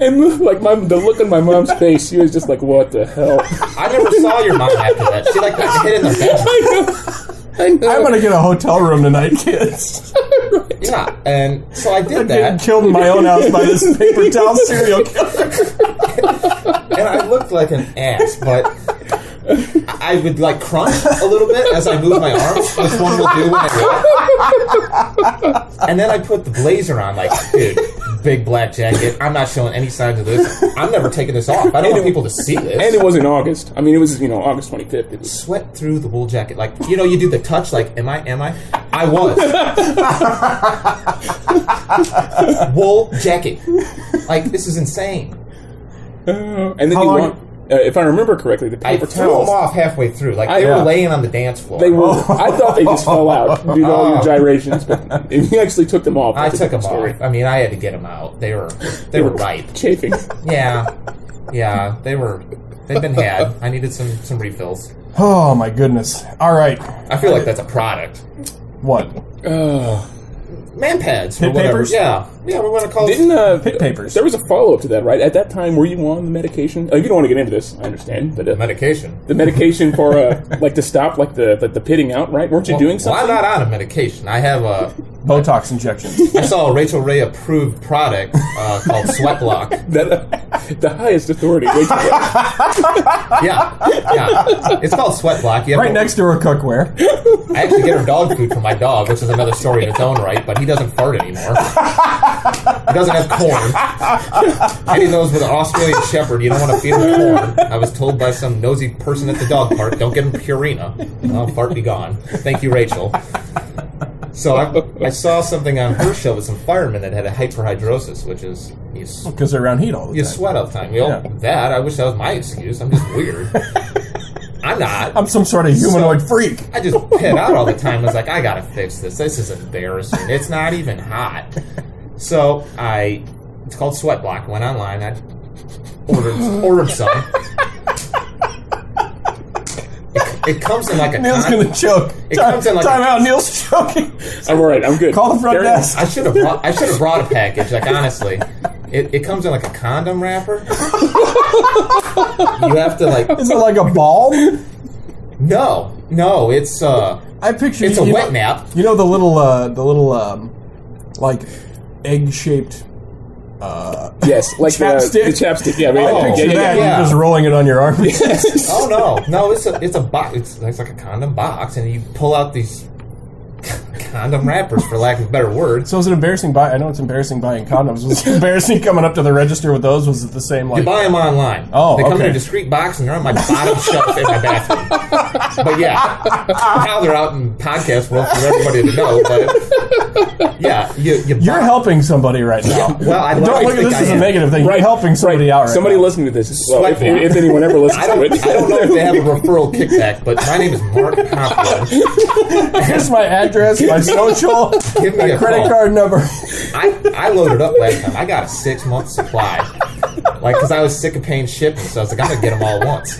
And like my, the look on my mom's face, she was just like, "What the hell?"
I never saw your mom after that. She like got hit in the back.
I know.
I'm gonna get a hotel room tonight, kids.
Yeah, and so I
Getting
did that,
killed in my own house by this paper towel serial killer.
and I looked like an ass, but I I would like crunch a little bit as I move my arms, which one will do when I walk. And then I put the blazer on, like, dude, big black jacket. I'm not showing any signs of this. I'm never taking this off. I don't want people to see this.
And it was in August. I mean, it was you know August 25th. It was
sweat through the wool jacket. Like you know, you do the touch. Like, am I? Am I? I was wool jacket. Like this is insane.
and then
How
you
long-
want, uh, if I remember correctly, the
I
paper
threw them
towels.
off halfway through. Like they
Yeah.
were laying on the dance floor.
They were. I thought they just fell out due to all your
Oh.
gyrations, but if you actually took them off,
I
that's a
took them
different story.
off. I mean, I had to get them out. They were. They were ripe.
Chafing.
Yeah, yeah. They were. They've been had. I needed some some refills.
Oh my goodness! All right,
I feel like that's a product.
what?
Uh,
Man pads or
Hit
whatever.
papers?
Yeah, yeah. We want to call.
didn't uh,
Pick papers.
There was a follow up to that, right? At that time, were you on the medication? Uh, you don't want to get into this. I understand, but uh,
medication.
the medication for uh, like to stop like the like the pitting out, right? Weren't you doing something?
Well, I'm not on a medication. I have a.
Botox injections.
I saw a Rachel Ray approved product uh, called Sweat Block.
That, uh, the highest authority. Wait,
Yeah, yeah. It's called Sweat Block. You have
Right
to-
next door, cookware.
I actually get her dog food for my dog, which is another story in its own right. But he doesn't fart anymore. He doesn't have corn. Any of those with an Australian Shepherd, you don't want to feed him corn. I was told by some nosy person at the dog park, "Don't give him Purina. I'll fart be gone." Thank you, Rachel. So I, I saw something on her show with some firemen that had a hyperhidrosis, which is you s-
because they're around heat all the
You
time.
sweat all the time. You know,
Yeah.
That I wish that was my excuse. I'm just weird. I'm not.
I'm some sort of humanoid freak.
I just pit out all the time. I was like, I gotta fix this. This is embarrassing. It's not even hot. So I, it's called Sweat Block. Went online. I ordered ordered some. It, it comes in like a.
Neil's
con-
gonna choke.
It
time,
comes in like-
time out. Neil's choking.
I'm all right. I'm good.
Call the front
There-
desk.
I should have brought. I should have brought a package. Like honestly, it, it comes in like a condom wrapper. you have to like.
Is it like a balm?
No, no. It's uh.
I picture
It's
you,
a
you
wet
know,
nap.
You know the little, uh, the little, um, like egg shaped. Uh,
Yes, like the,
Chapstick.
the chapstick. Yeah, right.
Oh,
yeah,
picture
yeah,
that.
yeah.
yeah.
You're just rolling it on your arm.
Oh no, no. It's a it's a box. It's, it's like a condom box, and you pull out these condom wrappers, for lack of better words.
so is it embarrassing? Buy. I know it's embarrassing buying condoms. Was it embarrassing coming up to the register with those? Was it the same?
You
Like
buy them online.
Oh,
they come in
okay.
a discreet box, and they're on my bottom shelf in my bathroom. But yeah, now they're out in podcast world for everybody to know. But yeah, you you
you're
buy-
helping somebody right now.
Well, I
Don't
like
look at
think
this
I
as a
am.
negative thing. You're
Right,
helping somebody out right
Somebody
now.
listening to this, well, if,
Sweat.
if anyone ever listens
I
to
don't,
it,
I don't know if they have a referral kickback, but my name is Mark Hopwood.
Here's my address, my social,
Give me
my
a
credit
call.
card number.
I, I loaded up last time. I got a six month supply. Like, because I was sick of paying shipping, so I was like, I'm going to get them all at once.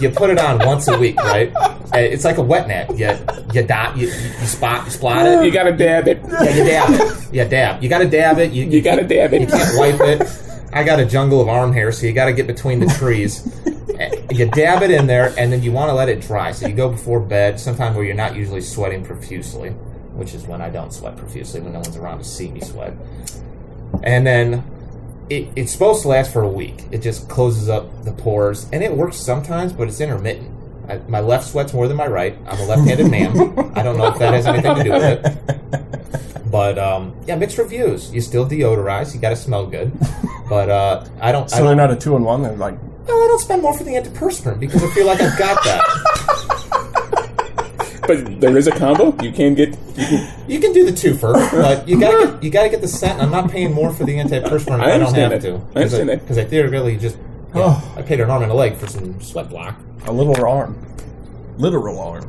You put it on once a week, right? Uh, It's like a wet nap. You, you, dot, you, you you spot, you spot it.
you gotta dab it.
yeah, you dab it. Yeah, dab. You got to dab it. You,
You gotta dab
you
it.
can't wipe it. I got a jungle of arm hair, so you got to get between the trees. Eh, you dab it in there, and then you want to let it dry. So you go before bed, sometime where you're not usually sweating profusely, which is when I don't sweat profusely, when no one's around to see me sweat. And then it, it's supposed to last for a week. It just closes up the pores, and it works sometimes, but it's intermittent. I, my left sweats more than my right. I'm a left-handed man. I don't know if that has anything to do with it. But um, yeah, mixed reviews. You still deodorize. You got to smell good. But uh, I don't. I
So
don't,
they're not a two in one. They're like
well, I don't spend more for the antiperspirant because I feel like I've got that.
But there is a combo. You can get. You can,
You can do the twofer, but you gotta get, you gotta get the scent. I'm not paying more for the antiperspirant. if
I
I, don't
understand
have
that.
to.
I understand Oh. that.
because I theoretically just yeah, I paid an arm and a leg for some sweat block.
A literal arm. Literal arm.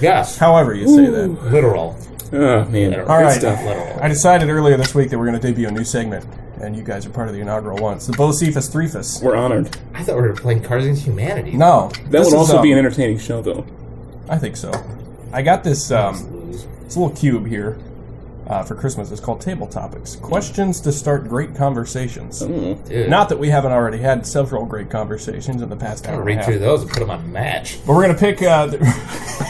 Yes,
However you say that.
literal.
oh man,
All
All
Good
right.
stuff.
Literal.
I decided earlier this week that we're going to debut a new segment, and you guys are part of the inaugural one. It's the Bocephus Threefus.
We're honored.
I thought we were playing Cards Against Humanity.
No,
That would also be an
in.
entertaining show, though.
I think so. I got this. Um, It's a little cube here uh, for Christmas. It's called Table Topics. Questions to start great conversations.
Mm.
Dude,
Not that we haven't already had several great conversations in the past
I'm
hour
gonna
and a
read through
half.
those and put them on match.
But we're gonna pick. Uh, th-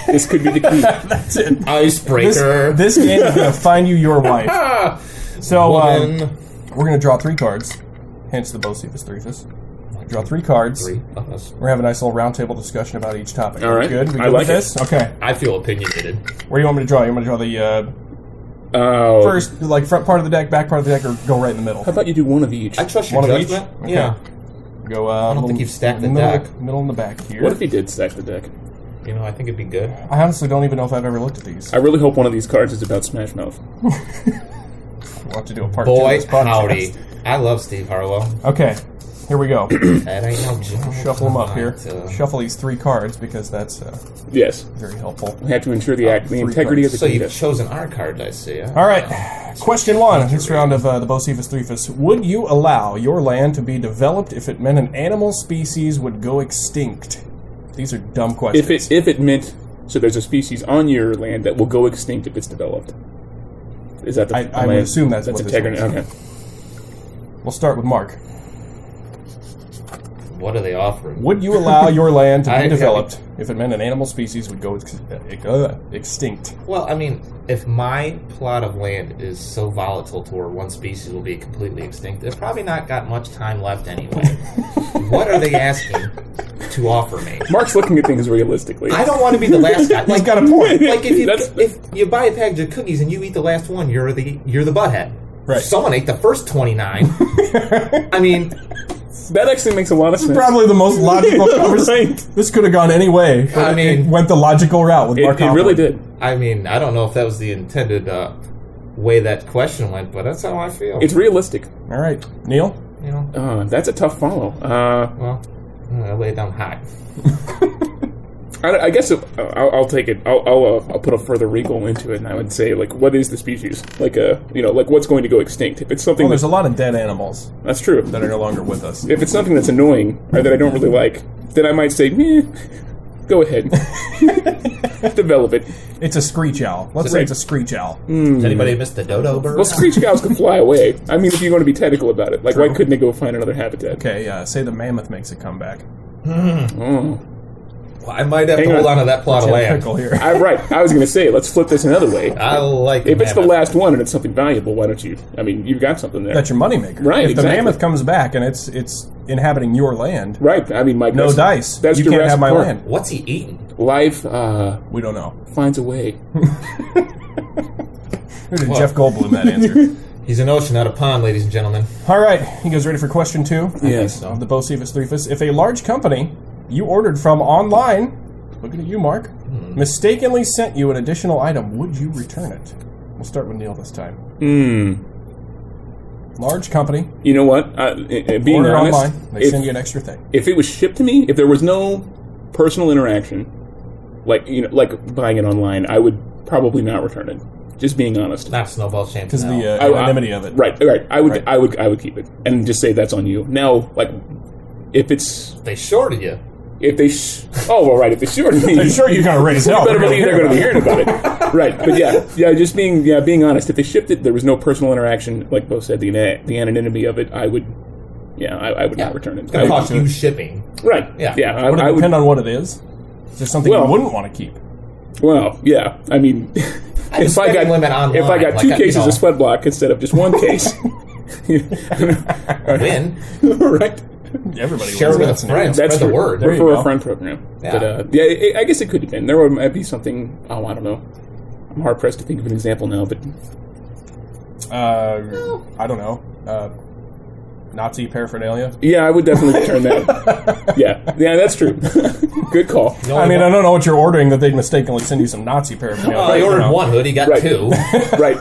This could be the key.
that's it. This,
Icebreaker.
this game is gonna find you your wife.
ah,
So um,
woman.
we're gonna draw three cards. Hence the Bocephus Threefus. Draw three cards.
Three of us.
We're having a nice little roundtable discussion about each topic.
All right.
Good. We
I
good
like
with this? Okay.
I feel opinionated.
Where do you want me to draw? You want me to draw the uh,
Oh,
first, like front part of the deck, back part of the deck, or go right in the middle?
how about you do one of each?
I trust your
One of each?
judgment.
Okay.
Yeah.
Go. Uh, I
don't think you've stacked the
middle,
deck.
Middle and the back here.
What if he did stack the deck?
You know, I think it'd be good.
I honestly don't even know if I've ever looked at these.
I
I
really hope one of these cards is about Smash Mouth.
will have to do a part two.
Boy,
of this podcast.
howdy. I love Steve Harlow.
Okay, here we go.
That ain't no joke.
Shuffle them up here.
Uh,
Shuffle these three cards because that's uh,
Yes,
very helpful.
we have to ensure
Oh,
the act, the
three
integrity of
cards.
So
the
you've
data.
chosen our card, I see.
All right, question one in this round of uh, the Bocephus Threefus. Would you allow your land to be developed if it meant an animal species would go extinct? These are dumb questions.
If it if it meant so, there's a species on your land that will go extinct if it's developed. Is that the
I- I would
land-
assume that's
that's
what this
integrity.
means.
Okay.
we'll start with Mark.
What are they offering?
Would you allow your land to
I-
be developed if it meant an animal species would go ex- uh, extinct?
Well, I mean, if my plot of land is so volatile to where one species will be completely extinct, they've probably not got much time left anyway. what are they asking to offer me?
Mark's looking at things realistically.
I don't want to be the last guy. Like,
got a point.
Like if you
That's-
if you buy a package of cookies and you eat the last one, you're the you're the butthead.
Right.
Someone ate the first twenty nine. I mean,
That actually makes a lot of sense.
Probably the most logical conversation.
Right.
This could have gone any way. But
I
it-
mean-
it went the logical route with Mark.
It, it really
Hoffman.
did.
I mean, I don't know if that was the intended uh, way that question went, but that's how I feel.
It's realistic.
All right, Neil.
you know,
Uh, that's a tough follow. Uh,
well, I lay it down hot.
I, I guess it, I'll, I'll take it. I'll I'll, uh, I'll put a further wrinkle into it, and I would say like, what is the species? Like a you know like what's going to go extinct? If it's something
Well, there's
that's,
a lot of dead animals
that's true.
that are no longer with us.
If it's something that's annoying or that I don't really like, then I might say, meh, go ahead, develop it.
It's a screech owl. Let's say it's a screech owl.
Does anybody miss the dodo bird?
Well, screech owls can fly away. I mean, if you're going to be technical about it, like why couldn't they go find another habitat?
Okay, yeah. Say the mammoth makes a comeback.
Oh.
I might have
Hang
to hold
on.
on to that plot of
Tim
Oh,
land.
Pickle here.
I, right. I was going to say, let's flip this another way.
I like
If it's the
mammoth.
last one and it's something valuable, why don't you? I mean, you've got something there.
That's your moneymaker.
Right,
If the
exactly.
mammoth comes back and it's it's inhabiting your land,
Right. I mean, Mike.
no
that's,
dice.
That's
you can't
Jurassic
have my
Park.
land.
What's he eating?
Life uh,
We don't know.
finds a way.
Who did Jeff Goldblum that answer?
He's an ocean, not a pond, ladies and gentlemen.
All right, you guys ready for question two?
Yes.
of the Bocephus Threefus, if a large company you ordered from online, looking at you, Mark,
Hmm.
mistakenly sent you an additional item, would you return it? We'll start with Neil this time.
Hmm.
Large company,
You know what? Uh, i- i- being
order
honest,
online, they
if-
send you an extra thing.
if it was shipped to me, if there was no personal interaction, like you know, like buying it online, I would probably not return it. Just being honest.
Not snowball champ.
Because
no.
the uh,
I- I-
anonymity of it.
Right, right. I would,
Right.
I would, I would keep it and just say that's on you. Now, like, if it's
they shorted you.
if they, sh- oh well, right. If they short me,
Are you sure you're going to raise hell?
Oh, better believe they're going to be hearing about it. right, but yeah, yeah. Just being, yeah, being honest. If they shipped it, there was no personal interaction. Like Bo said, the ana- the anonymity of it, I would, yeah, I, I would
Yeah.
not return it.
It's gonna
I would-
cost you shipping.
right.
Yeah.
Yeah. I,
Would it
I would,
depend on what it is? Is there something
Well-
you wouldn't want to keep?
Well, yeah. I mean, if I
spending
got
limit online,
if I got
like,
two
I- you
cases
know.
of sweat block instead of just one case,
Win.
right?
Everybody
Share
wins
it with a
that scenario.
friend.
That's
Spread the
true.
word.
There you
for
go.
a friend program.
Yeah.
But uh, yeah, I I guess it could have been. There would- might be something. Oh, I don't know. I'm hard pressed to think of an example now, but
Uh, I don't know. Uh, Nazi paraphernalia.
Yeah, I would definitely return that. yeah, yeah, that's true. Good call.
I mean, I don't know what you're ordering that they'd mistakenly send you some Nazi paraphernalia.
Well, he
you
Oh, ordered
know.
one hoodie, got
Right.
two.
Right.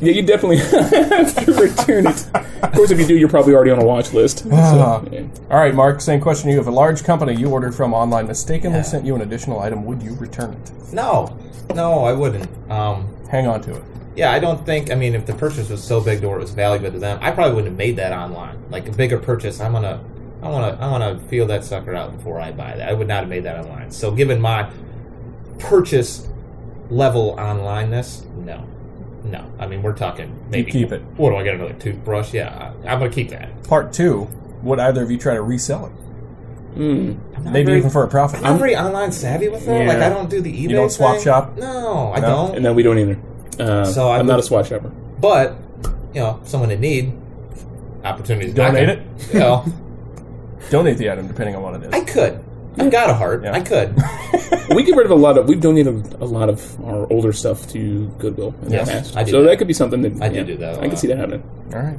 Yeah, you definitely have to return it. Of course, if you do, you're probably already on a watch list. So,
Ah.
yeah.
All right, Mark. Same question. to You If a large company you ordered from online mistakenly sent you an additional item. Would you return it?
No, no, I wouldn't. Um,
Hang on to it.
yeah, I don't think. I mean, if the purchase was so big to where it was valuable to them, I probably wouldn't have made that online. Like a bigger purchase, I'm gonna, I wanna, I wanna feel that sucker out before I buy that. I would not have made that online. So, given my purchase level onlineness, no, no. I mean, we're talking maybe
keep it.
What do I get another toothbrush? Yeah, I, I'm gonna keep that.
Part two. Would either of you try to resell it?
Mm.
I'm not
Maybe
very-
even for a profit.
I'm not very online savvy with that.
Yeah.
Like I don't do the eBay.
don't swap
thing.
shop?
No, I
No?
don't.
And then we don't either. Uh,
So I
I'm not
would-
a swatch shopper.
But you know, someone in need, opportunities.
Donate
knocking. You know,
Donate the item, depending on what it is.
I could. I've got a heart.
Yeah.
I could.
We get rid of a lot of. We've donated a lot of our older stuff to Goodwill in
Yes,
the past.
I do
so
that.
that. could be something that
I do do that a
I can
lot.
see that happening.
All right.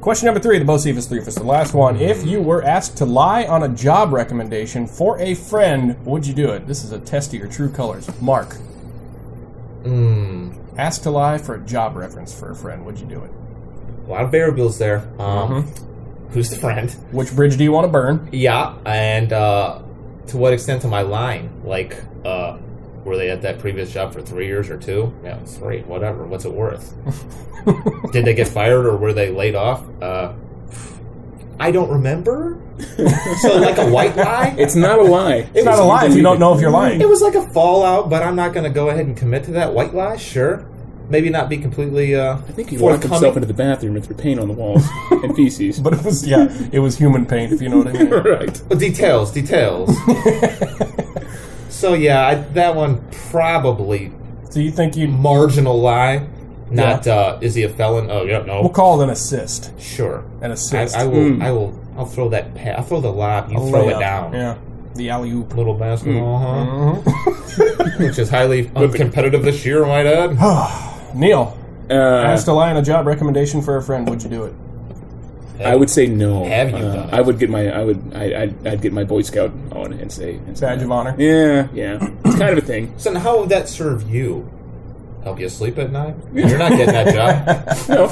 Question number three, the most Cephas three for the last one. If you were asked to lie on a job recommendation for a friend, would you do it? This is a test of your true colors. Mark,
Hmm.
asked to lie for a job reference for a friend, would you do it?
A lot of variables there. Um, Who's the friend?
Mm-hmm. Which bridge do you want to burn?
Yeah, and uh, to what extent am I lying? Like, uh, were they at that previous job for three years or two? Yeah, three. Whatever. What's it worth? Did they get fired or were they laid off? Uh, I don't remember. so like a white lie.
It's not a lie.
It's not a lie if you don't know if you're lying.
It was like a fallout, but I'm not going to go ahead and commit to that white lie. Sure, maybe not be completely. Uh,
I think he locked
forthcoming.
himself into the bathroom and threw paint on the walls and feces.
But it was, yeah, it was human paint, if you know what I mean.
right.
Oh, details, details. so yeah, I, that one probably
So you think you'd.
marginal lie. Not uh, is he a felon? Oh yeah,
We'll
no,
call it an assist.
sure.
An
I,
assist.
I will. I will. I'll throw that. Pa- I'll throw the lob. You
I'll
throw
lay
it
up.
down.
Yeah. Mm. The alley oop.
Little basketball, Mm-hmm.
Mm-hmm.
huh? Which is highly uncompetitive this year, might add.
Neil,
Uh,
asked to lie on a job recommendation for a friend, would you do it?
I would say no.
Have you
Uh,
done it?
I would get my. I would. I, I'd, I'd get my Boy Scout on and say. And say
Badge of honor.
Yeah, yeah. It's kind of a thing.
So now how would that serve you? Help you sleep at night? You're not getting that job.
No.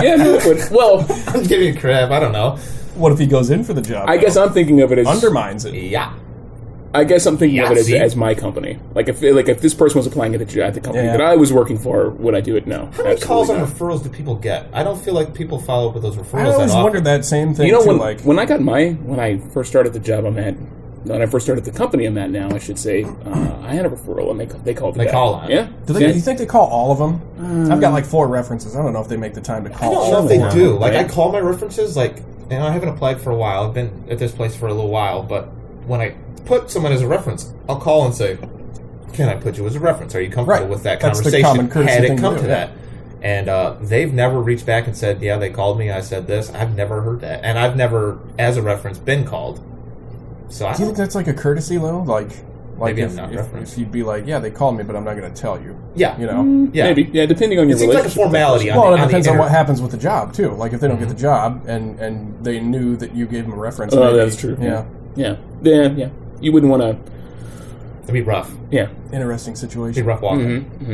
yeah, no, it would. Well,
I'm giving you crap. I don't know.
What if he goes in for the job?
I guess I'm thinking of it as
undermines it.
Yeah.
I guess I'm thinking of it as,
Yahtzee.
as my company. Like if like if this person was applying at the, at the company
Yeah.
that I was working for, would I do it? No.
How many calls on referrals do people get? I don't feel like people follow up with those referrals.
I always
that often.
wondered that same thing.
You know
too,
when
like
when I got my when I first started the job I'm at. When I first started the company I'm at now, I should say, uh, I had a referral and they they called.
They call on it.
Yeah.
do they?
Yeah.
You think they call all of them? I've got like four references. I don't know if they make the time to
Mm. I
call.
don't
all
know
of
if they
them.
do. Like
right?
I call my references. Like you know, I haven't applied for a while. I've been at this place for a little while. But when I put someone as a reference, I'll call and say, "Can I put you as a reference? Are you comfortable
Right.
with that
That's the
conversation?"
common courtesy
Had
thing
it
to
come
do,
to
yeah.
that. And uh, they've never reached back and said, "Yeah, they called me. I said this. I've never heard that, and I've never, as a reference, been called." So I
Do you think
don't,
that's like a courtesy, though? Like, like
Maybe I'm
if,
not
if,
referenced. Mm.
if you'd be like, yeah, they called me, but I'm not going to tell you.
yeah,
You know.
yeah.
Mm, Maybe. Yeah. Depending on your
It seems like a
relationship.
formality. On
Well,
the,
it depends on
on the
what
internet.
happens with the job too. Like if they don't get the
Mm-hmm.
job and and they knew that you gave them a reference.
Oh,
maybe-
that's true.
Yeah.
Yeah. Yeah. Yeah. You wouldn't want to.
It'd be rough.
Yeah.
Interesting
It'd
situation.
be rough walking. mm-hmm.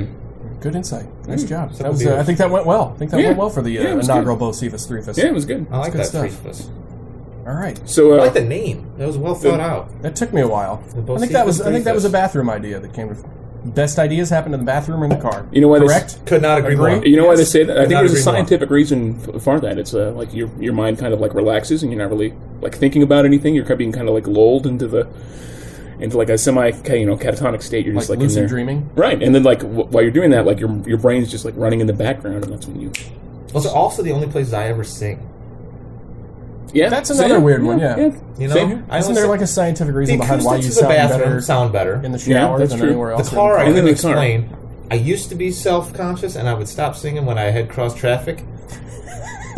Good insight. Nice job.
Mm. So
That was,
we'll
uh,
be-
I think that went well. I think that
Yeah.
went well for the uh,
Yeah, it was
inaugural Bo Cephas Three Fist.
Yeah. It was good.
I like
Mm-hmm. good
that.
stuff.
Stuff.
All right.
So uh,
I like the name. That was well thought out.
That took me a while.
The Bo
I think that
Cephas
was I
Three
think that was a
Fist.
bathroom idea that came. From, best ideas happen in the bathroom or in the car.
You know why they s-
Correct.
Could not agree,
Agree?
more.
You know why they say that? I think
Not
there's a
agree more.
scientific reason f- for that. It's uh, like your your mind kind of like relaxes and you're not really like thinking about anything. You're kind of being kind of like lulled into the into like a semi ca- you know catatonic state. You're
Like,
just like in
lucid
there,
dreaming.
right? And then like w- while you're doing that, like your your brain's just like running in the background, and that's when you
Those are also the only places I ever sing.
yeah.
That's
same.
another weird one, yeah.
You know,
Same here.
I
Isn't
only
there
sing-
like a scientific
the
reason behind why you
acoustics of the
sound
bathroom
better
sound better?
in the shower
that's
than
true.
anywhere
the
else?
car, I
And then
can
the car.
explain. I used to be self-conscious, and I would stop singing when I had crossed traffic.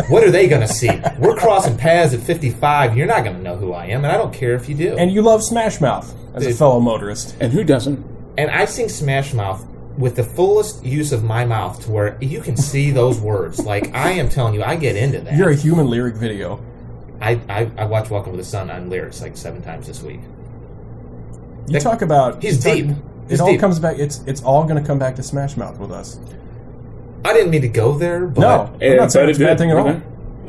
what are they going to see? We're crossing paths at 55. You're not going to know who I am, and I don't care if you do.
And you love Smash Mouth as a
Dude.
fellow motorist.
And who doesn't?
And I sing Smash Mouth with the fullest use of my mouth to where you can see those words. Like I am telling you, I get into that.
You're a human lyric video.
I, I I watch Welcome to the Sun on lyrics like seven times this week.
You
That-
talk about
He's
you talk-
deep.
it
He's
all
deep.
comes back. It's it's all going to come back to Smash Mouth with us.
I didn't mean to go there, but
no, I'm
And
not saying
but
it's a
it
bad
did,
thing at all.
okay.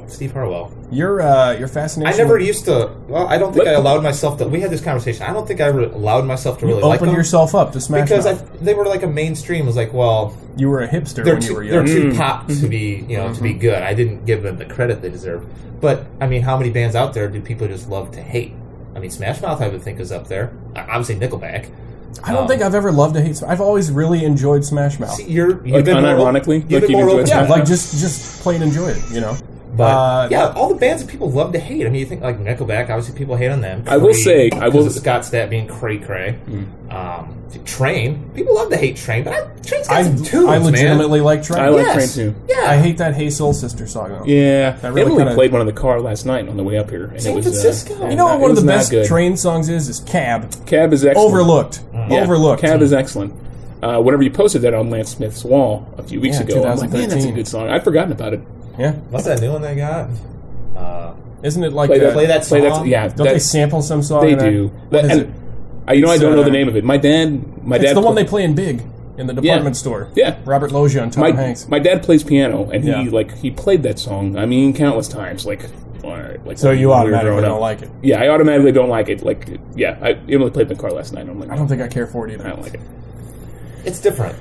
Steve Harwell.
Your uh, your
I
fascination.
never
with-
used to. Well, I don't think I allowed myself to. We had this conversation. I don't think I re- allowed myself to really like
opened
them
yourself up to Smash
because I,
Mouth.
they were like a mainstream. It was like, well,
you were a hipster
they're
when you
too,
were young.
they're
Mm-hmm.
too
Mm.
pop to be you know to be good. I didn't give them the credit they deserve. But I mean, how many bands out there do people just love to hate? I mean, Smash Mouth I would think is up there. I- Obviously, Nickelback.
I don't
um,
think I've ever loved to hate. Sm- I've always really enjoyed Smash Mouth.
See, you're you've
Like,
been more-
unironically?
you've
Like,
been
you
more
enjoy
open-
Smash
yeah,
Mouth?
like just just plain enjoy it. You know.
But
Uh,
yeah, all the bands that people love to hate. I mean, you think like Nickelback. Obviously, people hate on them.
I will say- I will- Mm.
because of Scott Stapp being cray cray. Um, Train. People love to hate Train, but I, Train's got
I,
some tunes,
I legitimately like Trent.
I like
Yes.
Train too.
man. Yeah,
I hate that Hey Soul Sister song. Though.
Yeah,
That really
Emily
kinda-
played one in the car last night on the way up here. And
San
it was, uh,
Francisco.
yeah,
You know what?
not- it
One of the
was not
best
good.
train songs is is Cab.
Cab is excellent.
Overlooked.
Yeah,
Overlooked.
Cab is excellent. Uh, whenever you posted that on Lance Smith's wall a few weeks
Yeah,
ago, I'm like, man, that's a
2013.
good song. I'd forgotten about it.
yeah.
what's that new one they got? Uh,
Isn't it like
Play
that?
that-
play that song.
Play that- yeah,
Don't
that-
they sample some song?
they
and I-
do.
what Oh, is
and
it?
I, you know, I
It's,
don't know
uh,
the name of it. My dad, my
It's
dad,
the one
pla-
they play in Big in the department store.
Yeah.
Robert Loggia and Tom
my
Hanks.
my dad plays piano, and
Yeah.
he like he played that song. I mean, countless times. Like, uh, like
so you
when we were
automatically
growing
don't
up.
like it.
Yeah, I automatically don't like it. Like, yeah, I Emily played in the car last night. I'm like,
I don't think I care for it either.
I don't like it.
It's different.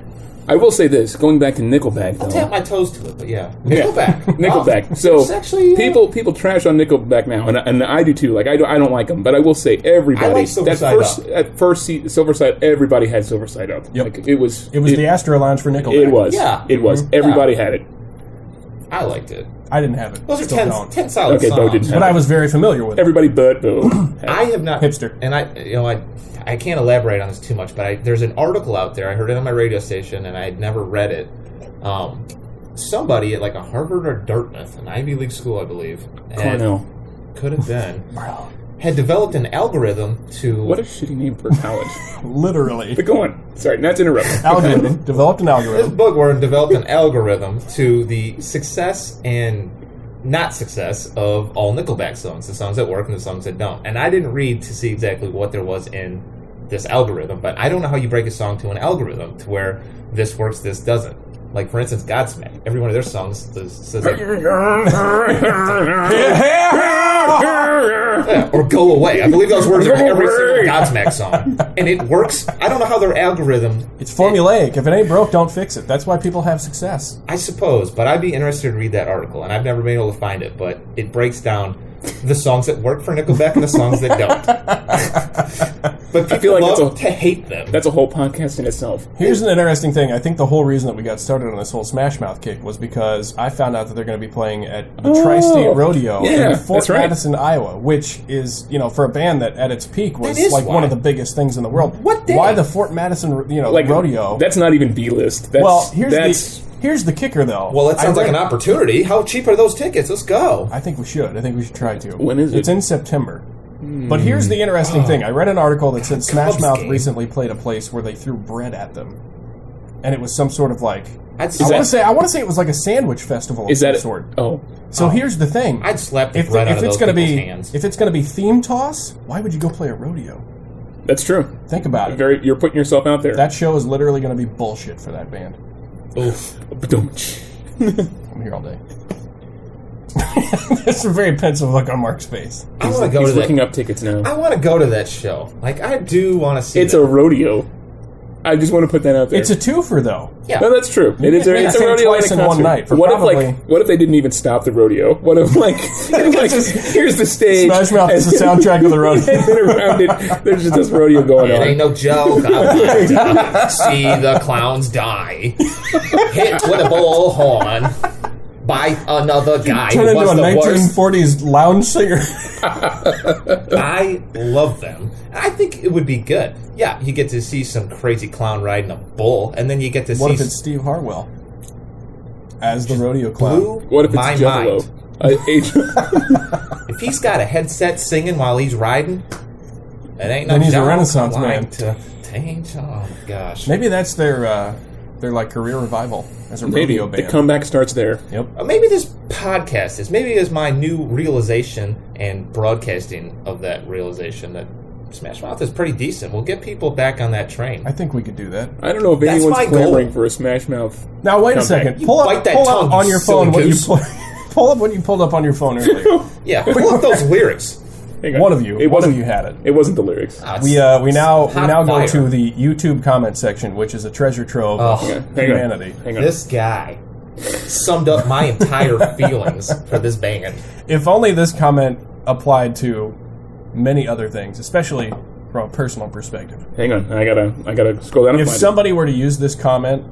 I will say this: going back to Nickelback,
I'll tap
though,
my toes to it, but yeah,
Yeah.
Nickelback.
Nickelback.
Wow.
So
It's actually, uh,
people people trash on Nickelback now, and I, and I do too. Like I don't I don't like them, but I will say everybody
I like Silver
that
Side
first
Up.
at first se- Silver Side, everybody had Silver Side Up.
Yep.
Like it was
It was the Astro Lounge for Nickelback.
it was
Yeah.
it was everybody had it.
I liked it.
I didn't have it.
Those are
Still
ten,
don't.
ten solid
Okay, Bo
songs.
didn't have
But I was very familiar with it.
Everybody but Boo. Oh,
I have not
Hipster.
and I you know I I can't elaborate on this too much, but I, there's an article out there. I heard it on my radio station, and I had never read it. Um, somebody at like a Harvard or Dartmouth, an Ivy League school, I believe, had-
Cornell.
could have been, had developed an algorithm to
What a shitty name for college.
Literally.
but go on. Sorry, not to interrupt.
algorithm. Developed an
this
algorithm.
bookworm developed an algorithm to the success and not success of all Nickelback songs, the songs that work and the songs that don't. And I didn't read to see exactly what there was in this algorithm, but I don't know how you break a song to an algorithm to where this works, this doesn't. Like for instance, Godsmack. Every one of their songs says, says like, yeah, or "Go Away." I believe those words are in every single Godsmack song, and it works. I don't know how their algorithm
It's formulaic. If it ain't broke, don't fix it. That's why people have success.
I suppose, but I'd be interested to read that article, and I've never been able to find it. But it breaks down the songs that work for Nickelback and the songs that don't. but people
feel like that's
love
a-
to hate them.
That's a whole podcast in itself.
Here's an interesting thing. I think the whole reason that we got started on this whole Smash Mouth kick was because I found out that they're going to be playing at the Tri-State Rodeo
yeah,
in Fort
that's right.
Madison, Iowa, which is you know for a band that at its peak was
That is
like one
why.
of the biggest things in the world.
What day?
Why the Fort Madison you know
Like
Oh, rodeo?
That's not even B list. That's
well, here's
that's
the here's the kicker though.
well, that sounds
I
like an
read-
opportunity. How cheap are those tickets? Let's go.
I think we should. I think we should try to.
When is it?
It's in September. But here's the interesting thing. I read an article that said Smash
Cubs
Mouth
game.
recently played a place where they threw bread at them, and it was some sort of like I
I'd, slap,
want to say I want to say it was like a sandwich festival. of
is that
some sort?
Oh,
So here's the thing:
I'd slap the
if,
bread out
if
of
it's
those
going to
people's
be
hands.
if it's going to be theme toss, why would you go play a rodeo?
that's true.
Think about it.
Very, you're putting yourself out there.
That show is literally going to be bullshit for that band.
Oof.
Ba-dum-tsh.
I'm here all day. That's a very pensive look on Mark's face.
I want to
"Oh,
go to
Oh, He's looking
that.
up tickets now.
I want to go to that show. Like I do want to see.
It's a
that.
rodeo. I just want to put that out there.
It's a twofer though.
yeah.
no, that's true. It is a,
can't
it's a
sing
rodeo
twice
and a
in one
concert.
night for
what if
probably-
like what if they didn't even stop the rodeo? What if like, like here's the stage?
Smash Mouth is the soundtrack of the rodeo.
and then around it, there's just this rodeo going
uh,
It ain't
on.
no joke. I'm gonna see the clowns die. Hit with a bullhorn by another guy
Turn
who
into
was
a
the worst.
1940s lounge singer.
I love them. I think it would be good. Yeah, you get to see some crazy clown riding a bull, and then you get to
what if
see
it's Steve Hartwell as the rodeo clown?
blew
What if it's
my
Juggalo?
mind.
Uh, age-
If he's got a headset singing while he's riding, it ain't no
Then he's a
joke
Renaissance
like
man.
To change. Oh my gosh.
Maybe that's their uh, They're like career revival as a
Maybe
rodeo
the
band.
comeback starts there.
yep.
Uh, Maybe this podcast is. Maybe is my new realization and broadcasting of that realization that Smash Mouth is pretty decent. We'll get people back on that train.
I think we could do that.
I don't know if
That's
anyone's
my goal.
clamoring for a Smash Mouth.
Now wait a
Comeback.
second.
You
Pull up,
bite that
pull
tongue,
up on your
silly
phone what you
goose.
pull, pull up what you pulled up on your phone earlier.
Yeah, pull up those lyrics.
Hang on.
one of you,
It
one
wasn't
of you had it.
It wasn't the lyrics.
Ah, it's-
We uh, we now we
hot
now
fire.
go to the YouTube comment section, which is a treasure trove
Oh.
Yeah,
of
hang on.
humanity.
Hang on.
This guy summed up my entire feelings for this band.
If only this comment applied to many other things, especially from a personal perspective.
Hang on. I gotta. I gotta scroll down and
If
find
somebody were to use this comment,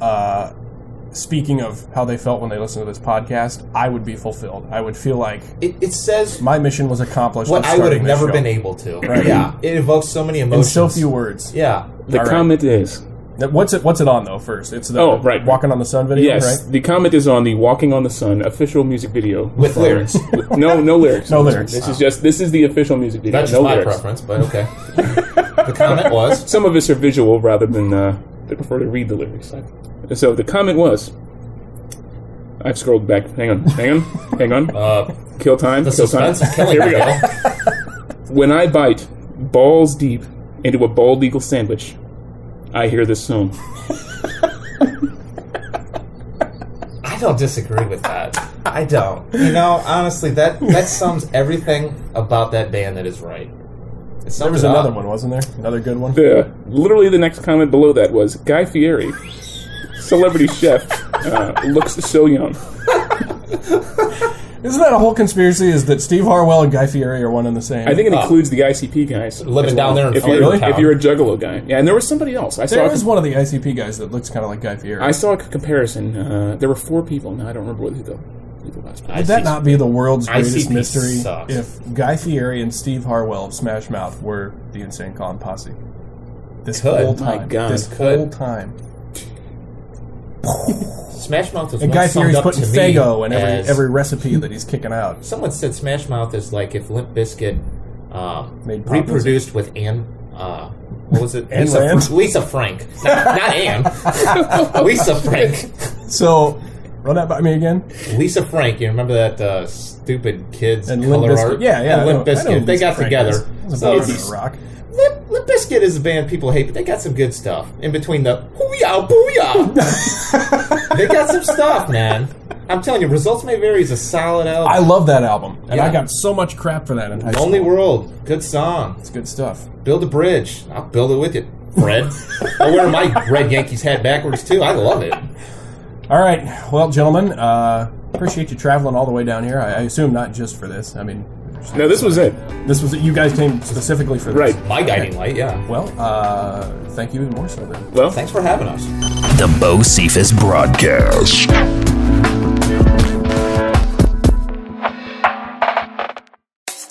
uh, speaking of how they felt when they listened to this podcast, I would be fulfilled. I would feel like
It, it says
my mission was accomplished.
what
in
I would
starting
have
this
never
show.
been able to.
Right.
Yeah, it evokes so many
in
emotions.
so few words.
Yeah,
it. The
All right.
comment is
Now, What's it? What's it on though? First, it's the
Oh, right.
Walking on the Sun video,
yes.
right?
The comment is on the "Walking on the Sun" official music video
With
for-
lyrics.
with- no, no lyrics.
No lyrics.
This is just. This is the official music video.
that's
no
just my
lyrics.
preference, but okay. the comment was
Some of us are visual rather than uh, they prefer to read the lyrics. So the comment was. I've scrolled back. Hang on. Hang on. Hang on.
uh,
Kill time.
the
kill time.
suspense is killing
Here
me.
we go.
Bill.
When I bite balls deep into a bald eagle sandwich, I hear this song.
I don't disagree with that. I don't. You know, honestly, that that sums everything about that band that is right. It sums
There was
it
another
up.
one, wasn't there? Another good one.
The literally the next comment below that was Guy Fieri, celebrity chef, uh, looks so young.
Isn't that a whole conspiracy? Is that Steve Harwell and Guy Fieri are one and the same?
I think it
Oh.
includes the ICP guys
Living
as
down there in
if you're,
Florida
if you're a juggalo guy, yeah, and there was somebody else. I saw.
there
A,
is one of the ICP guys that looks kind of like Guy Fieri.
I saw a comparison. Uh, there were four people. Now I don't remember what who the, who the last.
I
Would
see.
that not be the world's greatest
ICP
mystery
sucks.
if Guy Fieri and Steve Harwell of Smash Mouth were the Insane Clown Posse? This
Could.
whole
My
time,
God,
this
could.
whole time,
Smash Mouth was
and Guy
once summed
Fieri's
up
putting
to me
Fago in every
as-
every recipe that he's kicking out.
Someone said Smash Mouth is like if Limp Bizkit um,
Made pop
reproduced with Anne. Uh, what was it?
Anne
Lisa,
Rand?
Fr- Lisa Frank, not, not Anne. Lisa Frank.
So, run that by me again.
Lisa Frank. You remember that uh, stupid kids
And Limp
color
Bizkit.
art?
Yeah, yeah.
And
I
Limp
know- I know
Bizkit. They
Lisa
got
Frank is.
together.
It was a
So
band
it's-
on rock.
Limp, Limp Bizkit is a band people hate, but they got some good stuff in between the hooyah booyah. they got some stuff, man. I'm telling you, results may vary. Is a solid album.
I love that album, and I
Yeah.
got so much crap for that in high school.
Lonely World, good song.
It's good stuff.
Build a bridge. I'll build it with you, Fred. I wear my red Yankees hat backwards too. I love it.
All right, well, gentlemen, uh, appreciate you traveling all the way down here. I, I assume not just for this. I mean,
No, this was it.
this was you guys came specifically for this.
Right.
My guiding light, yeah.
Well, uh, thank you even more so then.
Well,
Thanks for having us.
The Bo Cephas Broadcast.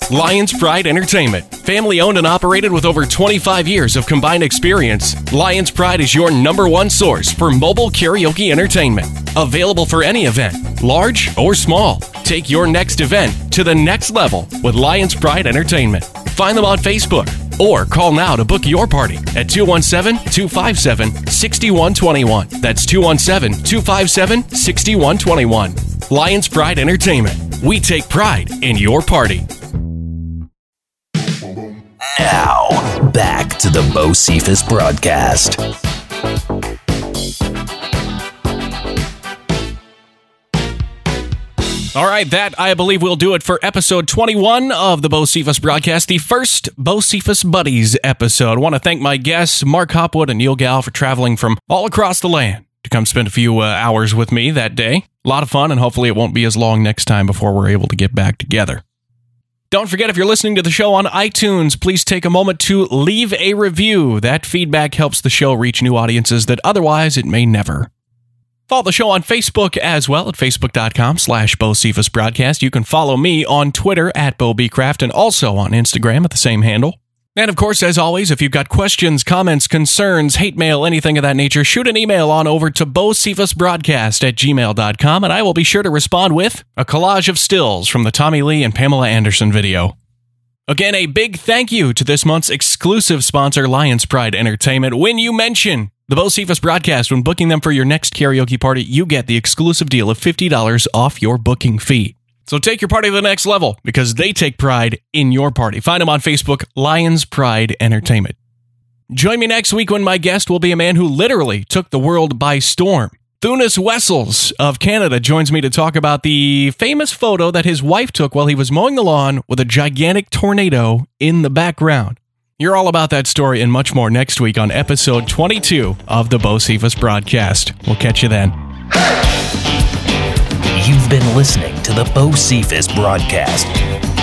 Lions Pride Entertainment. Family owned and operated with over 25 years of combined experience, Lions Pride is your number one source for mobile karaoke entertainment. Available for any event, large or small. Take your next event to the next level with Lions Pride Entertainment. Find them on Facebook or call now to book your party at 217 257 6121. That's 217 257 6121. Lions Pride Entertainment. We take pride in your party.
Now, back to the Bo Cephas Broadcast.
All right, that I believe will do it for episode 21 of the Bocephus broadcast, the first Bocephus Buddies episode. I want to thank my guests, Mark Hopwood and Neil Gal, for traveling from all across the land to come spend a few uh, hours with me that day. A lot of fun, and hopefully it won't be as long next time before we're able to get back together. Don't forget, if you're listening to the show on iTunes, please take a moment to leave a review. That feedback helps the show reach new audiences that otherwise it may never. Follow the show on Facebook as well at facebook.com slash Bo Cephas Broadcast. You can follow me on Twitter at Bo B. Craft and also on Instagram at the same handle. And of course, as always, if you've got questions, comments, concerns, hate mail, anything of that nature, shoot an email on over to Broadcast at gmail.com and I will be sure to respond with a collage of stills from the Tommy Lee and Pamela Anderson video. Again, a big thank you to this month's exclusive sponsor, Lions Pride Entertainment. When you mention The Bo Cephas broadcast, when booking them for your next karaoke party, you get the exclusive deal of $50 off your booking fee. So take your party to the next level because they take pride in your party. Find them on Facebook, Lions Pride Entertainment. Join me next week when my guest will be a man who literally took the world by storm. Thunis Wessels of Canada joins me to talk about the famous photo that his wife took while he was mowing the lawn with a gigantic tornado in the background. You're all about that story and much more next week on episode 22 of the Bo Cephas broadcast. We'll catch you then.
You've been listening to the Bo Cephas broadcast.